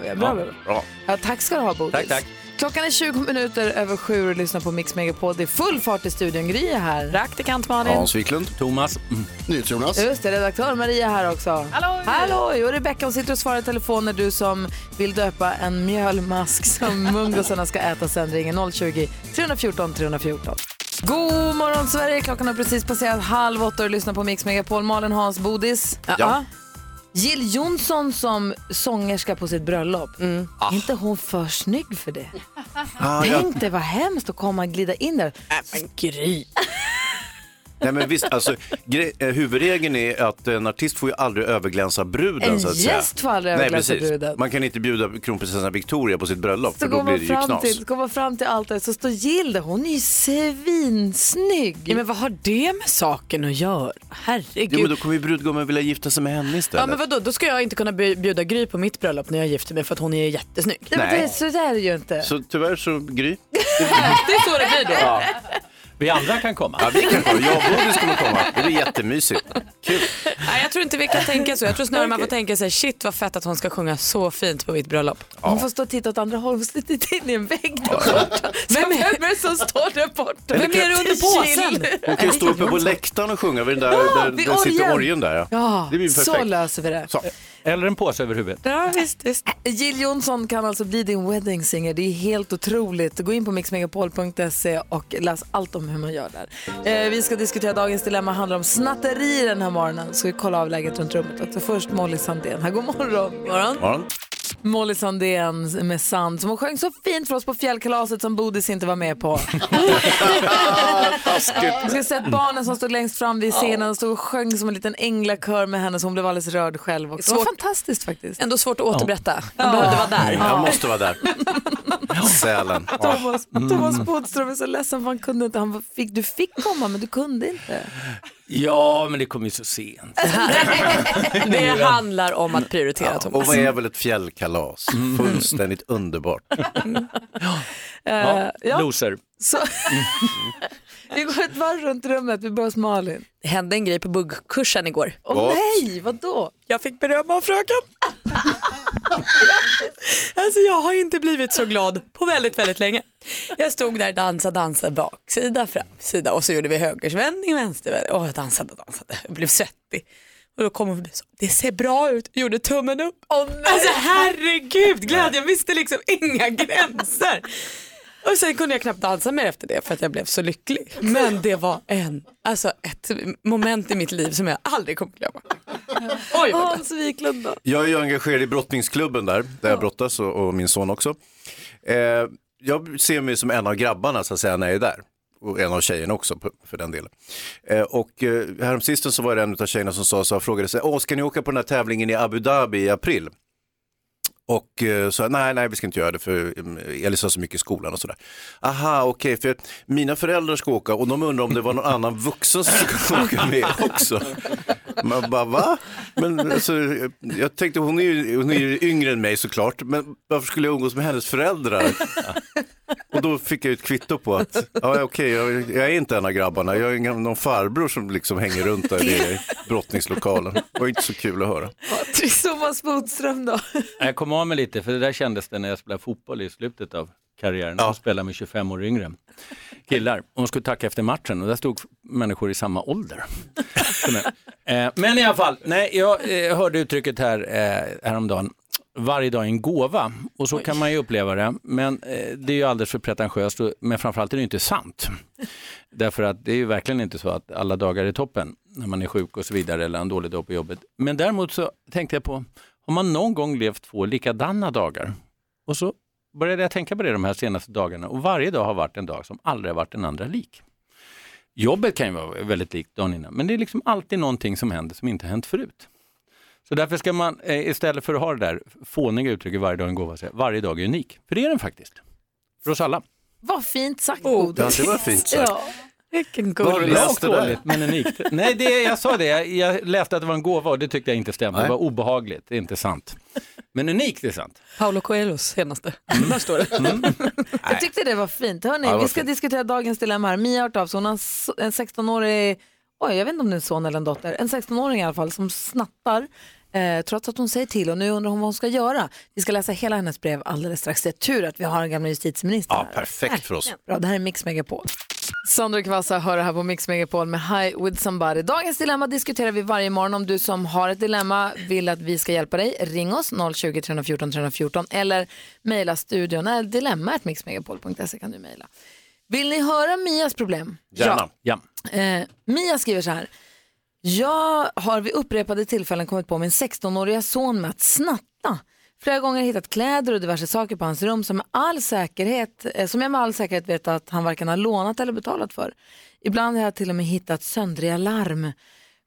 Speaker 2: vi. Bra, bra, bra.
Speaker 13: Bra.
Speaker 2: Ja, tack ska du ha, Bodis.
Speaker 13: Tack, tack.
Speaker 2: Klockan är 20 minuter över sju och lyssnar på Mix Megapod. Det är full fart i studion. Gry är här. Praktikant Malin.
Speaker 4: Wiklund.
Speaker 13: Thomas.
Speaker 9: NyhetsJonas.
Speaker 2: Just det, redaktör Maria är här också. Hallå! Hallå! Och Rebecka hon sitter och svarar i telefon när du som vill döpa en mjölmask som mungosarna ska äta sen ringer 020-314 314. God morgon Sverige! Klockan har precis passerat halv åtta och du lyssnar på Mix Megapol. Malin, Hans, Bodis. Ja. Jill Johnson som sångerska på sitt bröllop. Är inte hon för snygg för det?
Speaker 4: Ah, ja.
Speaker 2: Tänk dig vad hemskt att komma och glida in där.
Speaker 3: Men Gry.
Speaker 4: Nej, men visst, alltså, gre- eh, huvudregeln är att en artist får ju aldrig överglänsa bruden.
Speaker 2: En
Speaker 4: så att säga.
Speaker 2: gäst får aldrig överglänsa
Speaker 4: Nej, precis.
Speaker 2: bruden.
Speaker 4: Man kan inte bjuda kronprinsessan Victoria på sitt bröllop,
Speaker 2: Så
Speaker 4: för då
Speaker 2: går
Speaker 4: blir
Speaker 2: man,
Speaker 4: det ju
Speaker 2: fram
Speaker 4: knas.
Speaker 2: till, går man fram till altaret så står Jill där. Hon är ju svinsnygg.
Speaker 3: Ja, men vad har det med saken att göra? Herregud.
Speaker 4: Jo, men då kommer ju brudgummen vilja gifta sig med henne istället.
Speaker 3: Ja men vadå, då ska jag inte kunna bj- bjuda Gry på mitt bröllop när jag gifter mig för att hon är jättesnygg.
Speaker 4: Nej, men Nej. det-
Speaker 2: så där är det ju inte.
Speaker 4: Så tyvärr så, Gry.
Speaker 3: Det är så det blir då.
Speaker 4: Ja.
Speaker 13: Vi andra kan komma.
Speaker 4: Ja, vi kan komma. Jag och Bodil skulle komma. Det blir jättemysigt.
Speaker 3: Nej, jag tror inte vi kan tänka så. Jag tror snarare man får tänka sig shit vad fett att hon ska sjunga så fint på mitt bröllop.
Speaker 2: Hon får stå och titta åt andra hållet, hon får titta in i en vägg där borta. Vem är det som står där borta?
Speaker 4: Vem är det under
Speaker 2: påsen?
Speaker 4: Hon kan ju stå uppe på läktaren och sjunga vid den där,
Speaker 2: Ja,
Speaker 4: där,
Speaker 2: vid
Speaker 4: där sitter
Speaker 2: orgeln.
Speaker 4: orgeln där. Ja.
Speaker 2: Ja,
Speaker 4: det blir ju
Speaker 2: så
Speaker 4: perfekt.
Speaker 2: löser vi det.
Speaker 13: Eller en påse över huvudet.
Speaker 2: Ja, visst, visst. Jill Johnson kan alltså bli din wedding singer. Det är helt otroligt. Gå in på mixmegapol.se och läs allt om hur man gör där. Eh, vi ska diskutera dagens dilemma. handlar om snatteri den här morgonen. Så vi kolla av läget runt rummet också. Först Molly Sandén. Här, god morgon. morgon. Molly Sandén med Sand som hon sjöng så fint för oss på fjällkalaset som Bodis inte var med på. Vi ska se att barnen som stod längst fram vid scenen och stod och sjöng som en liten änglakör med henne så hon blev alldeles rörd själv också. Det var
Speaker 3: Svårt-
Speaker 2: fantastiskt faktiskt.
Speaker 3: Ändå svårt att återberätta. Man
Speaker 2: Ja.
Speaker 3: behövde vara där.
Speaker 4: Nej, jag måste vara där. Sälen. Ja. Mm.
Speaker 2: Thomas, Thomas Bodström är så ledsen för han kunde inte. Han fick, du fick komma men du kunde inte.
Speaker 13: Ja, men det kommer ju så sent.
Speaker 3: Det handlar om att prioritera
Speaker 4: Och
Speaker 3: Thomas.
Speaker 4: vad är väl ett fjällkalas? Fullständigt underbart.
Speaker 2: Eh, ja.
Speaker 13: Loser.
Speaker 2: Så, vi går ett varv runt rummet. Vi börjar hos Malin.
Speaker 3: Det hände en grej på buggkursen igår.
Speaker 2: Åh
Speaker 3: Vad?
Speaker 2: nej, vadå?
Speaker 3: Jag fick beröm av fröken. alltså jag har inte blivit så glad på väldigt, väldigt länge. Jag stod där, dansade, dansade, baksida, framsida och så gjorde vi högersvändning, vänstervändning. Åh, jag dansade, dansade, jag blev svettig. Och då kom hon förbi och sa, det ser bra ut, gjorde tummen upp. Alltså herregud, glädjen visste liksom inga gränser. Och sen kunde jag knappt dansa mer efter det för att jag blev så lycklig. Men det var en, alltså ett moment i mitt liv som jag aldrig kommer glömma. Oj, vad
Speaker 2: Hans Wiklund då?
Speaker 4: Jag är ju engagerad i brottningsklubben där, där jag brottas och, och min son också. Eh, jag ser mig som en av grabbarna så att säga när jag är där. Och en av tjejerna också p- för den delen. Eh, och eh, häromsistens så var det en av tjejerna som sa så jag frågade sig, Åh, ska ni åka på den här tävlingen i Abu Dhabi i april? Och eh, så nej, nej, vi ska inte göra det för mm, Elis har så mycket i skolan och sådär. Aha, okej, för mina föräldrar ska åka och de undrar om det var någon annan vuxen som skulle åka med också. Man bara, va? Men alltså, jag tänkte, hon är, ju, hon är ju yngre än mig såklart, men varför skulle jag umgås med hennes föräldrar? Och då fick jag ett kvitto på att, ja okej, jag, jag är inte en av grabbarna, jag är ingen, någon farbror som liksom hänger runt där i brottningslokalen. Det var inte så kul att höra.
Speaker 2: Thomas Bodström då?
Speaker 13: Jag kom av mig lite, för det där kändes det när jag spelade fotboll i slutet av karriären. Jag spelade med 25 år yngre killar. Och de skulle tacka efter matchen och där stod människor i samma ålder. som jag. Eh, Men i alla fall, nej, jag eh, hörde uttrycket här eh, häromdagen. Varje dag är en gåva och så kan man ju uppleva det. Men eh, det är ju alldeles för pretentiöst och, men framförallt är det ju inte sant. Därför att det är ju verkligen inte så att alla dagar är toppen när man är sjuk och så vidare eller har en dålig dag på jobbet. Men däremot så tänkte jag på, har man någon gång levt två likadana dagar? Och så började jag tänka på det de här senaste dagarna och varje dag har varit en dag som aldrig har varit den andra lik. Jobbet kan ju vara väldigt likt dagen innan, men det är liksom alltid någonting som händer som inte hänt förut. Så därför ska man eh, istället för att ha det där fåniga uttrycket varje dag är en gåva, säga varje dag är unik. För det är den faktiskt. För oss alla.
Speaker 2: Vad fint sagt
Speaker 3: Oh,
Speaker 2: Bodis.
Speaker 13: ja, det var fint sagt.
Speaker 2: Ja. Vilken
Speaker 13: Bra
Speaker 2: gullig.
Speaker 13: och dåligt, men unikt. Nej, det, jag sa det. Jag, jag läste att det var en gåva och det tyckte jag inte stämde. Det var obehagligt, det är inte sant. Men unikt är sant.
Speaker 3: Paolo Coelhos senaste.
Speaker 2: Mm.
Speaker 3: Där står det.
Speaker 2: Jag tyckte det var fint. Hörrni,
Speaker 13: Ja, det var
Speaker 2: vi ska
Speaker 13: fint.
Speaker 2: diskutera dagens dilemma här. Mia har hört av sig. Hon har en so- en 16-årig, oj jag vet inte om det är en son eller en dotter, en 16-åring i alla fall som snattar eh, trots att hon säger till och nu undrar hon vad hon ska göra. Vi ska läsa hela hennes brev alldeles strax. Det är tur att vi har en gamla justitieminister
Speaker 4: Ja,
Speaker 2: här.
Speaker 4: perfekt för oss.
Speaker 2: Bra, det här är Mix Megapol. Sandra Kvassa hör det här på Mix Megapol med Hi with somebody. Dagens dilemma diskuterar vi varje morgon. Om du som har ett dilemma vill att vi ska hjälpa dig, ring oss 020 314 314 eller mejla studion. Nej, dilemma@mixmegapol.se kan du mejla. Vill ni höra Mias problem?
Speaker 13: Gärna. Ja.
Speaker 2: Ja. Eh, Mia skriver så här. Jag har vid upprepade tillfällen kommit på min 16-åriga son med att snatta. Flera gånger har jag hittat kläder och diverse saker på hans rum som, med all säkerhet, eh, som jag med all säkerhet vet att han varken har lånat eller betalat för. Ibland har jag till och med hittat söndriga larm.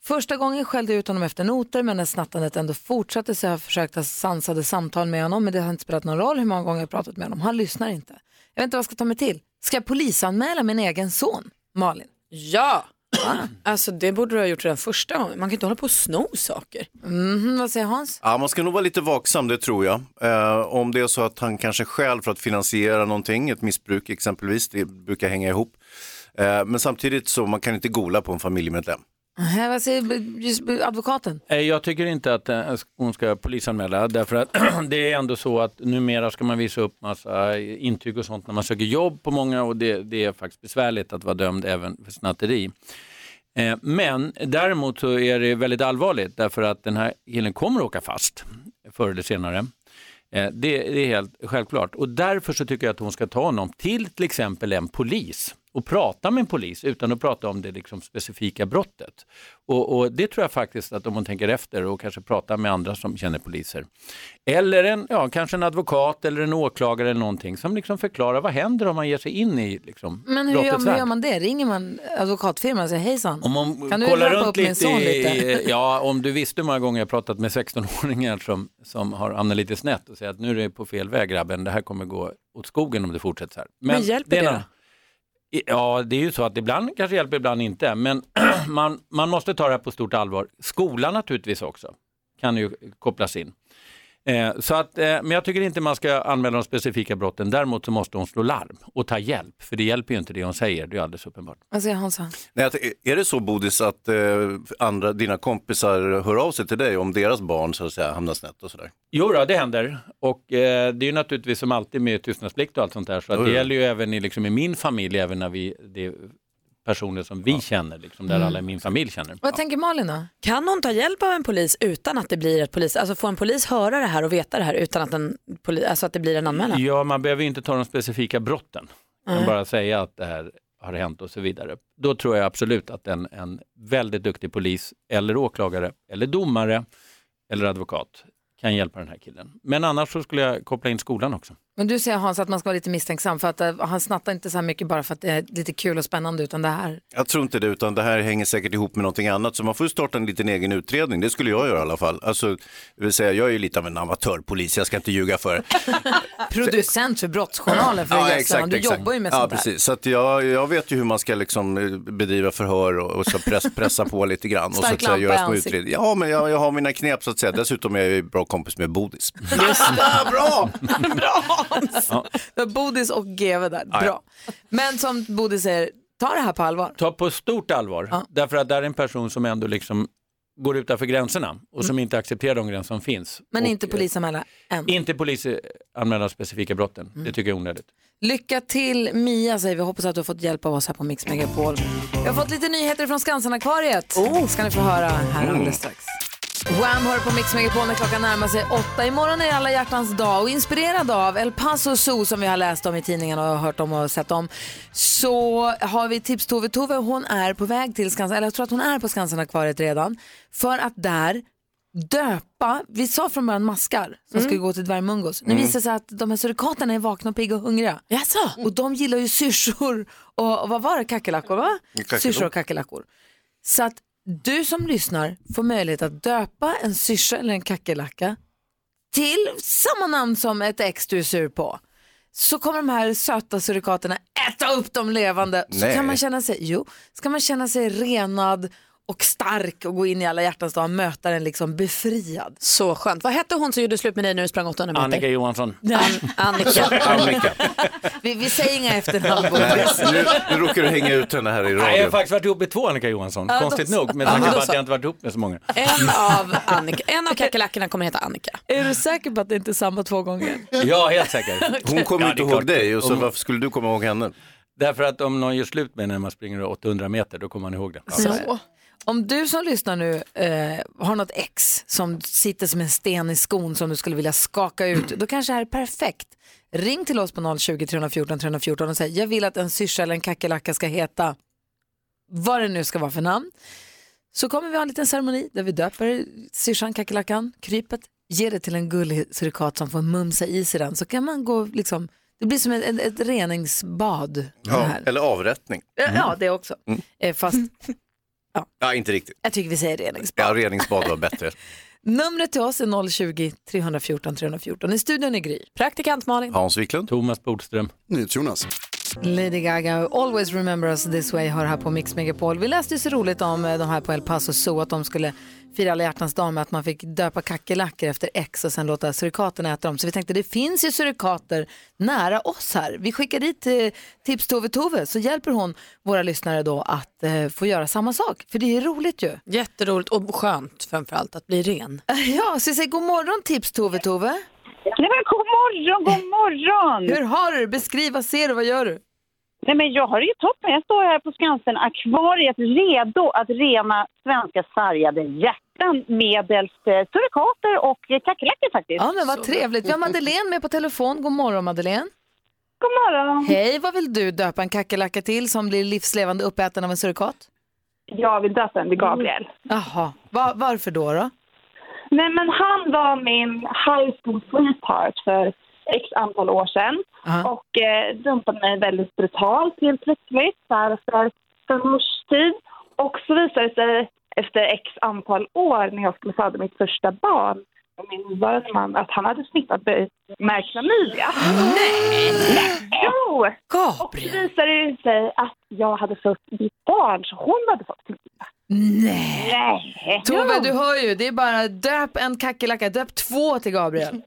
Speaker 2: Första gången skällde jag ut honom efter noter men när snattandet ändå fortsatte så har jag försökt ha sansade samtal med honom men det har inte spelat någon roll hur många gånger jag pratat med honom. Han lyssnar inte. Jag vet inte vad jag ska ta mig till. Ska jag polisanmäla min egen son? Malin. Ah.
Speaker 3: Ja, alltså det borde du ha gjort redan första gången. Man kan inte hålla på och sno saker.
Speaker 2: Mhm, vad säger Hans?
Speaker 4: Ja, man ska nog vara lite vaksam, det tror jag. Eh, om det är så att han kanske själv för att finansiera någonting, ett missbruk exempelvis, det brukar hänga ihop. Eh, Men samtidigt så man kan inte gola på en familjemedlem.
Speaker 2: Nej, Äh, Vad säger b- just b- advokaten?
Speaker 13: Eh, Jag tycker inte att eh, hon ska polisanmäla därför att det är ändå så att numera ska man visa upp massa intyg och sånt när man söker jobb på många och det, det är faktiskt besvärligt att vara dömd även för snatteri. Eh, Men däremot så är det väldigt allvarligt därför att den här killen kommer att åka fast förr eller senare. Eh, Det, det är helt självklart och därför så tycker jag att hon ska ta honom till till exempel en polis och prata med en polis utan att prata om det liksom specifika brottet. Och, och Det tror jag faktiskt att om hon tänker efter och kanske pratar med andra som känner poliser. Eller en, ja, kanske en advokat eller en åklagare eller någonting som liksom förklarar vad händer om man ger sig in i liksom,
Speaker 2: Men hur gör,
Speaker 13: brottets
Speaker 2: hur
Speaker 13: värld.
Speaker 2: gör man det? Ringer man advokatfirman och säger hejsan?
Speaker 13: Om man
Speaker 2: kan du
Speaker 13: kollar
Speaker 2: rappa
Speaker 13: runt
Speaker 2: upp
Speaker 13: lite,
Speaker 2: min son
Speaker 13: i-
Speaker 2: lite?
Speaker 13: I, ja, om du visste hur många gånger jag pratat med 16-åringar som, som har hamnat lite snett och säger att nu är du på fel väg grabben, det här kommer gå åt skogen om det fortsätter så här.
Speaker 3: Men hjälper
Speaker 13: är
Speaker 3: det
Speaker 13: en
Speaker 3: då?
Speaker 13: annan- I- Ja, det är ju så att ibland kanske hjälper, ibland inte. Men man, man måste ta det här på stort allvar. Skolan naturligtvis också kan ju kopplas in. Eh, så att, eh, men jag tycker inte man ska anmäla de specifika brotten. Däremot så måste hon slå larm och ta hjälp, för det hjälper ju inte det hon säger, det är ju alldeles uppenbart.
Speaker 2: Vad säger Hansa?
Speaker 4: Nej, jag tänker, är det så Bodis att eh, andra, dina kompisar hör av sig till dig om deras barn så att säga, hamnar snett och sådär?
Speaker 13: Jo då, det händer. Och eh, det är ju naturligtvis som alltid med tystnadsplikt och allt sånt där. Så att
Speaker 4: Jo,
Speaker 13: det
Speaker 4: jo.
Speaker 13: gäller ju även i, liksom, i min familj, även när vi, det är personer som vi känner, liksom, där
Speaker 2: Mm.
Speaker 13: alla i min familj känner.
Speaker 2: Vad tänker Malin då?
Speaker 3: Kan hon ta hjälp av en polis utan att det blir ett polis, alltså får en polis höra det här och veta det här utan att, en poli, alltså att det blir en anmälan?
Speaker 13: Ja, man behöver ju inte ta de specifika brotten. Man
Speaker 3: Nej.
Speaker 13: kan bara säga att det här har hänt och så vidare. Då tror jag absolut att en, en väldigt duktig polis eller åklagare eller domare eller advokat kan hjälpa den här killen. Men annars så skulle jag koppla in skolan också.
Speaker 2: Men du säger Hans att man ska vara lite misstänksam för att eh, han snattar inte så här mycket bara för att det är lite kul och spännande utan det här.
Speaker 4: Jag tror inte det, utan det här hänger säkert ihop med någonting annat. Så man får ju starta en liten egen utredning, det skulle jag göra i alla fall. Alltså, det vill säga, jag är ju lite av en amatörpolis, jag ska inte ljuga för er.
Speaker 2: Producent för Brottsjournalen för ja, du jobbar ju med
Speaker 4: ja,
Speaker 2: sånt här.
Speaker 4: precis. Så att jag, jag vet ju hur man ska liksom eh, bedriva förhör och, och så press, pressa på lite grann. och så
Speaker 2: Stark
Speaker 4: att säga,
Speaker 2: lampa i
Speaker 4: göra små
Speaker 2: ansiktet.
Speaker 4: utredningar. Ja, men jag, jag har mina knep så att säga. Dessutom är jag ju bra kompis med Bodis.
Speaker 14: Bra!
Speaker 2: Ja. Bodis och GV där,
Speaker 13: Ja, ja.
Speaker 2: bra. Men som Bodis säger, ta det här på allvar.
Speaker 13: ta på stort allvar. Därför att det här är en person som ändå liksom går utanför gränserna och
Speaker 3: Mm.
Speaker 13: som inte accepterar de gränser som finns.
Speaker 2: Men
Speaker 13: och eh,
Speaker 2: inte polisanmäla än.
Speaker 13: inte polisanmäla de specifika brotten.
Speaker 3: Mm.
Speaker 13: Det tycker jag är onödigt.
Speaker 2: Lycka till Mia säger vi, hoppas att du har fått hjälp av oss här på Mix Megapol. Jag har fått lite nyheter från Skansen-akvariet. ska ni få höra här alldeles strax. Wham hör på Mix Megapol när klockan närmar sig åtta. Imorgon är det alla hjärtans dag och inspirerad av El Paso Zoo som vi har läst om i tidningarna och hört om och sett om så har vi Tips-Tove. Tove hon är på väg till Skansen, eller jag tror att hon är på Skansen-akvariet redan för att där döpa, vi sa från början maskar som skulle gå till dvärgmungos. Nu
Speaker 3: Mm.
Speaker 2: visar det sig att de här surikaterna är vakna, pigga och hungriga. Yes. Och de gillar ju syrsor och, och vad var det, kackerlackor va?
Speaker 3: Kackerlackor.
Speaker 2: Syrsor och kackerlackor. Så att du som lyssnar får möjlighet att döpa en syrsa eller en kackerlacka till samma namn som ett ex du är sur på. Så kommer de här söta surikaterna äta upp dem levande. Så
Speaker 3: Nej.
Speaker 2: kan man känna sig, jo, ska man känna sig renad och stark och gå in i alla hjärtans dag och möta den liksom befriad.
Speaker 3: Så skönt. Vad hette hon som gjorde slut med dig när du sprang 800 meter?
Speaker 13: Annika Johansson.
Speaker 3: An- Annika.
Speaker 2: Vi, vi säger inga efternamn. Bodis.
Speaker 4: Nej, nu, nu råkar du hänga ut henne här i
Speaker 13: Nej, jag har
Speaker 4: radion.
Speaker 13: faktiskt varit ihop med två Annika Johansson,
Speaker 3: Ja, då
Speaker 13: konstigt
Speaker 3: så.
Speaker 13: nog. Med
Speaker 3: Ja,
Speaker 13: tanke
Speaker 3: då
Speaker 13: på att
Speaker 3: så.
Speaker 13: jag inte varit ihop med så många.
Speaker 3: En av, Annika. En av kackerlackorna kommer heta Annika.
Speaker 2: Är du säker på att det inte är samma två gånger?
Speaker 13: Ja, helt säkert.
Speaker 4: Hon kommer inte ihåg dig, och så varför
Speaker 13: skulle du komma ihåg henne? Därför att om någon gör slut med en när man springer 800 meter, då kommer man ihåg det.
Speaker 2: Så. Alltså, eh, Om du som lyssnar nu eh, har något ex som sitter som en sten i skon som du skulle vilja skaka ut, då kanske det här är perfekt. Ring till oss på 020 314 314 och säg jag vill att en syrsa eller en kackerlacka ska heta vad det nu ska vara för namn. Så kommer vi ha en liten ceremoni där vi döper syrsan, kackerlackan, krypet, ger det till en gullig surikat som får mumsa i sig den. Så kan man gå liksom, det blir som ett, ett, ett reningsbad. Det
Speaker 4: Ja,
Speaker 2: här.
Speaker 4: eller avrättning. Mm.
Speaker 2: Ja, det också. Eh, fast
Speaker 4: Ja, inte riktigt.
Speaker 2: jag tycker vi säger reningsbad.
Speaker 4: Ja, reningsbad var bättre.
Speaker 2: Numret till oss är 020-314 314. I studion är Gry.
Speaker 3: Praktikant Malin.
Speaker 4: Hans Wiklund.
Speaker 13: Thomas Bodström.
Speaker 15: NyhetsJonas.
Speaker 2: Lady Gaga, Always Remember Us This Way hör här på Mix Megapol. Vi läste ju så roligt om eh, de här på El Paso Zoo att de skulle fira alla hjärtans dag med att man fick döpa kackerlackor efter X och sen låta surikaterna äta dem. Så vi tänkte det finns ju surikater nära oss här. Vi skickar dit eh, tips Tove Tove så hjälper hon våra lyssnare då att eh, få göra samma sak. För det är roligt ju.
Speaker 3: Jätteroligt och skönt framförallt att bli ren.
Speaker 2: Ja, så vi säger god morgon tips Tove Tove.
Speaker 16: Nej, men god morgon, god morgon!
Speaker 2: Hur har du det? Beskriv, vad ser du, vad gör du?
Speaker 16: Nej, men jag har det ju toppen. Jag står här på Skansen-akvariet redo att rena svenska sargade hjärtan medelst eh, surikater och eh, kackerlackor faktiskt.
Speaker 2: Ja, men vad trevligt. Vi har Madeleine med på telefon. God morgon Madeleine.
Speaker 16: God morgon.
Speaker 2: Hej, vad vill du döpa en kackerlacka till som blir livslevande uppäten av en Mm. surikat?
Speaker 16: Jag vill döpa den till Gabriel.
Speaker 2: Jaha, Va- varför då? då?
Speaker 16: Nej, men han var min high school sweetheart för x antal år sedan
Speaker 2: Aha.
Speaker 16: och eh, dumpade mig väldigt brutalt helt plötsligt så här efter fem års tid. Och så visade det sig efter x antal år när jag skulle föda mitt första barn och min nuvarande man att han hade smittat be- med klamydia. Nej! Jo!
Speaker 2: Gabriel.
Speaker 16: Och så visade det sig att jag hade fått mitt barn så hon hade fått klamydia.
Speaker 2: Nej!
Speaker 16: Nej!
Speaker 2: Tove, du hör ju. Det är bara döp en kackerlacka. Döp två till Gabriel.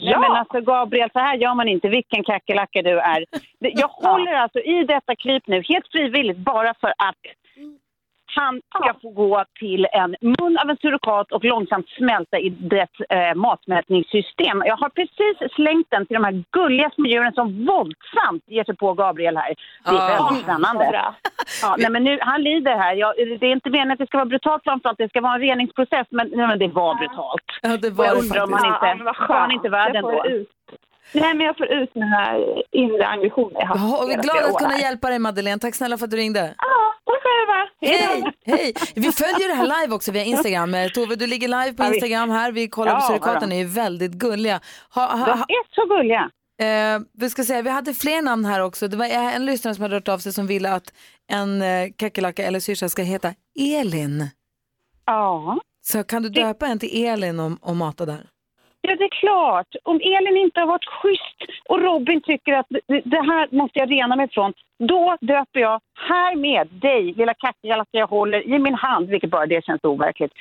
Speaker 16: Ja. men alltså Gabriel, så här gör man inte vilken kackerlacka du är. Det- Jag håller alltså i detta kryp nu helt frivilligt bara för att han ska få gå till en mun av en surikat och långsamt smälta i dess eh, matmätningssystem. Jag har precis slängt den till de här gulliga små djuren som våldsamt ger sig på Gabriel här. Det är
Speaker 2: Ah.
Speaker 16: väldigt spännande.
Speaker 2: Bra.
Speaker 16: Ja, nej, men nu, han lider här. Jag, det är inte meningen att det ska vara brutalt framförallt, det ska vara en reningsprocess, men, nej, men det var brutalt.
Speaker 2: Ja, det
Speaker 16: Och jag undrar om han inte, var han inte värd ändå. Nej, men jag får ut mina inre aggressioner jag
Speaker 2: Ja,
Speaker 16: haft
Speaker 2: och vi
Speaker 16: flera,
Speaker 2: är glada
Speaker 16: flera
Speaker 2: att
Speaker 16: år
Speaker 2: kunna
Speaker 16: här.
Speaker 2: hjälpa dig Madeleine. Tack snälla för att du ringde.
Speaker 16: Tack själva.
Speaker 2: Hej, hej. Vi följer det här live också via Instagram. Eh, Tove, du ligger live på
Speaker 16: Ja, visst.
Speaker 2: Instagram här. Vi kollar
Speaker 16: Ja,
Speaker 2: på
Speaker 16: vadå.
Speaker 2: surikaten, de är ju väldigt gulliga.
Speaker 16: De är så gulliga.
Speaker 2: Eh, vi ska säga, vi hade fler namn här också. Det var en lyssnare som hade hört av sig som ville att en eh, kackerlacka eller syrsa ska heta Elin.
Speaker 16: Ja.
Speaker 2: Så kan du döpa en till Elin och, och mata där?
Speaker 16: Ja, det är klart. Om Elin inte har varit schysst och Robin tycker att det- det här måste jag rena mig från, då döper jag härmed dig, lilla kackerlacka jag håller i min hand, vilket bara det känns overkligt,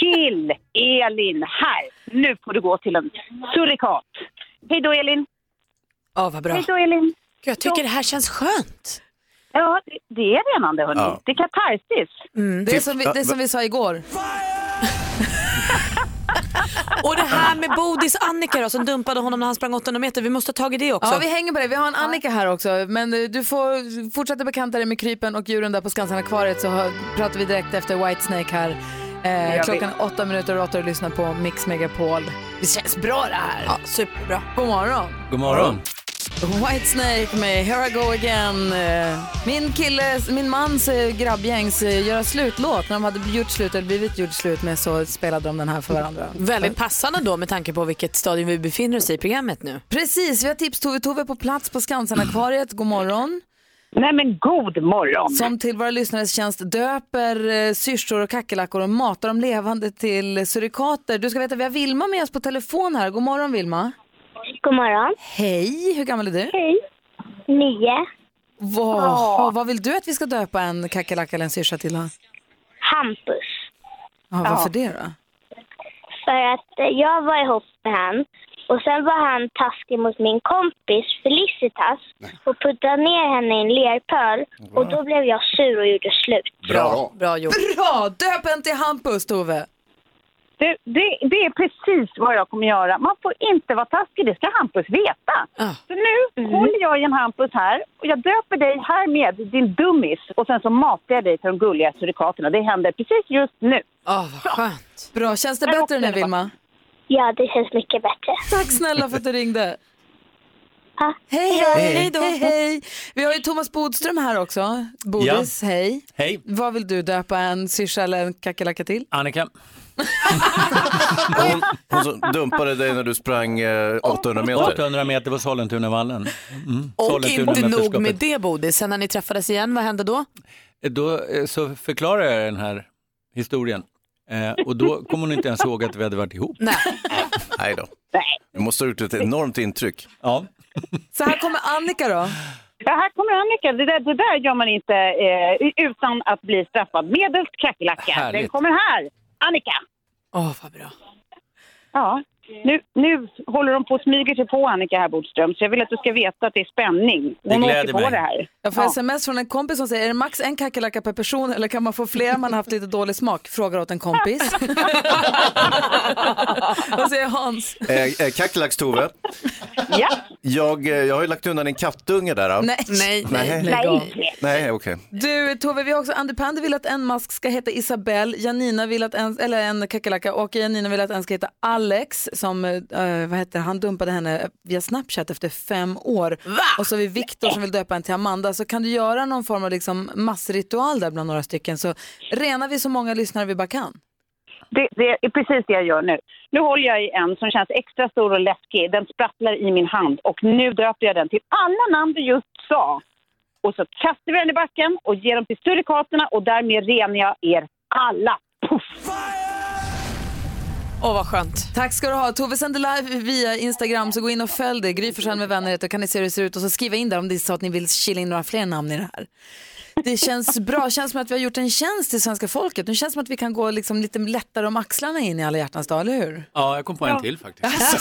Speaker 16: till Elin. Här! Nu får du gå till en surikat. Hej då, Elin.
Speaker 3: Ja, vad bra.
Speaker 16: Hej då, Elin.
Speaker 3: Jag tycker det här känns skönt.
Speaker 16: Ja, det- det är renande, hörni.
Speaker 3: Ja.
Speaker 16: Det är katarsis.
Speaker 2: Mm, Det är som vi, det är som vi sa igår.
Speaker 3: Och det här med Bodis Annika då, som dumpade honom när han sprang 800 meter. Vi måste ha tagit det också.
Speaker 2: Ja, vi hänger på det. Vi har en Annika här också. Men eh, du får fortsätta bekanta dig med krypen och djuren där på Skansen-akvariet så hör, pratar vi direkt efter Whitesnake här.
Speaker 3: gör
Speaker 2: Eh,
Speaker 3: vi.
Speaker 2: klockan är åtta minuter och åtta och lyssnar på Mix Megapol. Det känns bra det här.
Speaker 3: Ja, superbra.
Speaker 2: God morgon.
Speaker 13: God morgon.
Speaker 2: Whitesnake med Here I Go Again. Eh, Min killes, min mans eh, grabbgängs eh, göra slutlåt. När de hade gjort slut eller blivit gjort slut med så spelade de den här för varandra.
Speaker 3: Väldigt passande då med tanke på vilket stadium vi befinner oss i i programmet nu.
Speaker 2: Precis, vi har tips Tove Tove på plats på Skansen-akvariet. God morgon.
Speaker 16: Nej men god morgon.
Speaker 2: Som till våra lyssnares tjänst döper eh, syrsor och kackerlackor och matar dem levande till surikater. Du ska veta, vi har Vilma med oss på telefon här. God morgon Vilma.
Speaker 17: God morgon.
Speaker 2: Hej, hur gammal är du?
Speaker 17: Hej. Nio.
Speaker 2: Wow. Vad vill du att vi ska döpa en kackerlacka eller en syrsa till? då?
Speaker 17: Hampus.
Speaker 2: Ja, varför det då?
Speaker 17: För att eh, jag var ihop med han och sen var han taskig mot min kompis Felicitas och puttade ner henne i en lerpöl och då blev jag sur och gjorde slut.
Speaker 16: Bra.
Speaker 3: Bra gjort.
Speaker 2: Bra! Döp en till Hampus, Tove.
Speaker 16: Det, det, det är precis vad jag kommer göra. Man får inte vara taskig, det ska Hampus veta.
Speaker 2: Ah.
Speaker 16: Så nu håller jag i en Hampus här och jag döper dig härmed, din dummis. Och sen så matar jag dig till de gulliga surikaterna. Det händer precis just nu.
Speaker 2: Oh, vad skönt. Bra, känns det bättre nu Vilma?
Speaker 17: Ja, det känns mycket bättre.
Speaker 2: Tack snälla för att du ringde. Hej,
Speaker 17: Hej då.
Speaker 2: hej,
Speaker 17: Hej
Speaker 2: hej,
Speaker 17: då.
Speaker 2: hej, Vi har ju Thomas Bodström här också. Bodis, hej.
Speaker 18: Hej.
Speaker 2: Vad vill du döpa en syrsa eller en kackerlacka till?
Speaker 18: Annika.
Speaker 4: Hon, hon som dumpade dig när du sprang eh, 800 meter.
Speaker 13: 800 meter på Sollentunavallen. Mm.
Speaker 3: Och inte
Speaker 13: Sollentunamästerskapet.
Speaker 3: nog med det Bodis, sen när ni träffades igen, vad hände då?
Speaker 13: Då eh, så förklarar jag den här historien. Eh, och då kommer hon inte ens ihåg att vi hade varit ihop.
Speaker 3: Nej.
Speaker 4: Nej då. Du måste ha gjort ett enormt intryck.
Speaker 13: Ja.
Speaker 2: Så här kommer Annika då.
Speaker 16: Ja, här kommer Annika. Det där, det där gör man inte eh, utan att bli straffad. Medelst kackerlacka.
Speaker 3: Härligt.
Speaker 16: Den kommer här. Annika.
Speaker 3: Åh, vad bra.
Speaker 16: Ja. Nu, nu håller de på och smyger sig på Annika här Bodström, så jag vill att du ska veta att det är spänning.
Speaker 2: Det
Speaker 16: Hon åker
Speaker 2: gläder
Speaker 16: på
Speaker 2: mig.
Speaker 16: det här.
Speaker 2: Jag får sms från en kompis som säger, är det max en kackerlacka per person eller kan man få fler om man har haft lite dålig smak? Frågar åt en kompis. Vad säger Hans?
Speaker 4: Eh, eh, Kackerlackstove,
Speaker 16: Ja.
Speaker 4: jag, eh, jag har ju lagt undan en kattunge där. ja.
Speaker 2: Nej. Nej, nej, lägg av.
Speaker 4: Nej, nej, okej.
Speaker 2: Du Tove, vi har också Andy Pandy vill att en mask ska heta Isabelle, Janina vill att en, eller en kackerlacka och Janina vill att en ska heta Alex som, eh, vad heter han dumpade henne via Snapchat efter fem år. Och så har vi Viktor som vill döpa en till Amanda. Så kan du göra någon form av liksom massritual där bland några stycken så renar vi så många lyssnare vi bara kan.
Speaker 16: Det, det är precis det jag gör nu. Nu håller jag i en som känns extra stor och läskig. Den sprattlar i min hand och nu döper jag den till alla namn du just sa. Och så kastar vi den i backen och ger dem till surikaterna och därmed renar jag er alla.
Speaker 2: Åh, vad skönt. Tack ska du ha. Tove sänder live via Instagram, så gå in och följ det. Gry Forssell med vänner heter, kan ni se hur det ser ut och så skriva in där om det är så att ni vill kila in några fler namn i det här. Det känns bra. känns som att vi har gjort en tjänst till svenska folket. Nu känns det som att vi kan gå liksom lite lättare om axlarna in i alla hjärtans dag, eller hur?
Speaker 18: Ja, jag kom på en till faktiskt.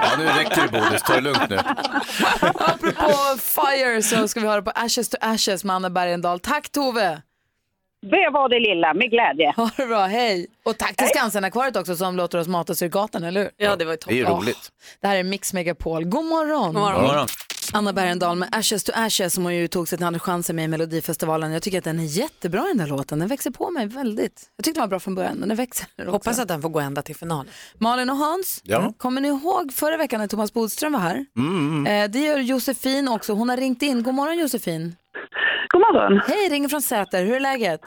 Speaker 4: Ja, nu räcker det Bodis, ta det lugnt nu.
Speaker 2: Apropå Fire så ska vi höra på Ashes to Ashes med Anna Bergendahl. Tack Tove!
Speaker 16: Det var det lilla, med glädje.
Speaker 2: Ha det bra, hej! Och tack till Skansen-akvariet också som låter oss mata surikaten, eller hur?
Speaker 3: Ja, det var ju toppen.
Speaker 2: Det är ju roligt. Det här är Mix Megapol. God morgon!
Speaker 3: God morgon. God morgon.
Speaker 2: Anna Bergendahl med Ashes to Ashes som hon ju tog sig till Andra chansen med i Melodifestivalen. Jag tycker att den är jättebra den där låten. Den växer på mig väldigt. Jag tyckte den var bra från början men den växer också.
Speaker 3: Hoppas att den får gå ända till finalen.
Speaker 2: Malin och Hans,
Speaker 3: Ja.
Speaker 2: kommer ni ihåg förra veckan när Thomas Bodström var här?
Speaker 4: Mm,
Speaker 5: Mm.
Speaker 2: Eh, det gör Josefin också. Hon har ringt in. God morgon Josefin.
Speaker 19: God morgon.
Speaker 2: Hej, ringer från Säter. Hur är läget?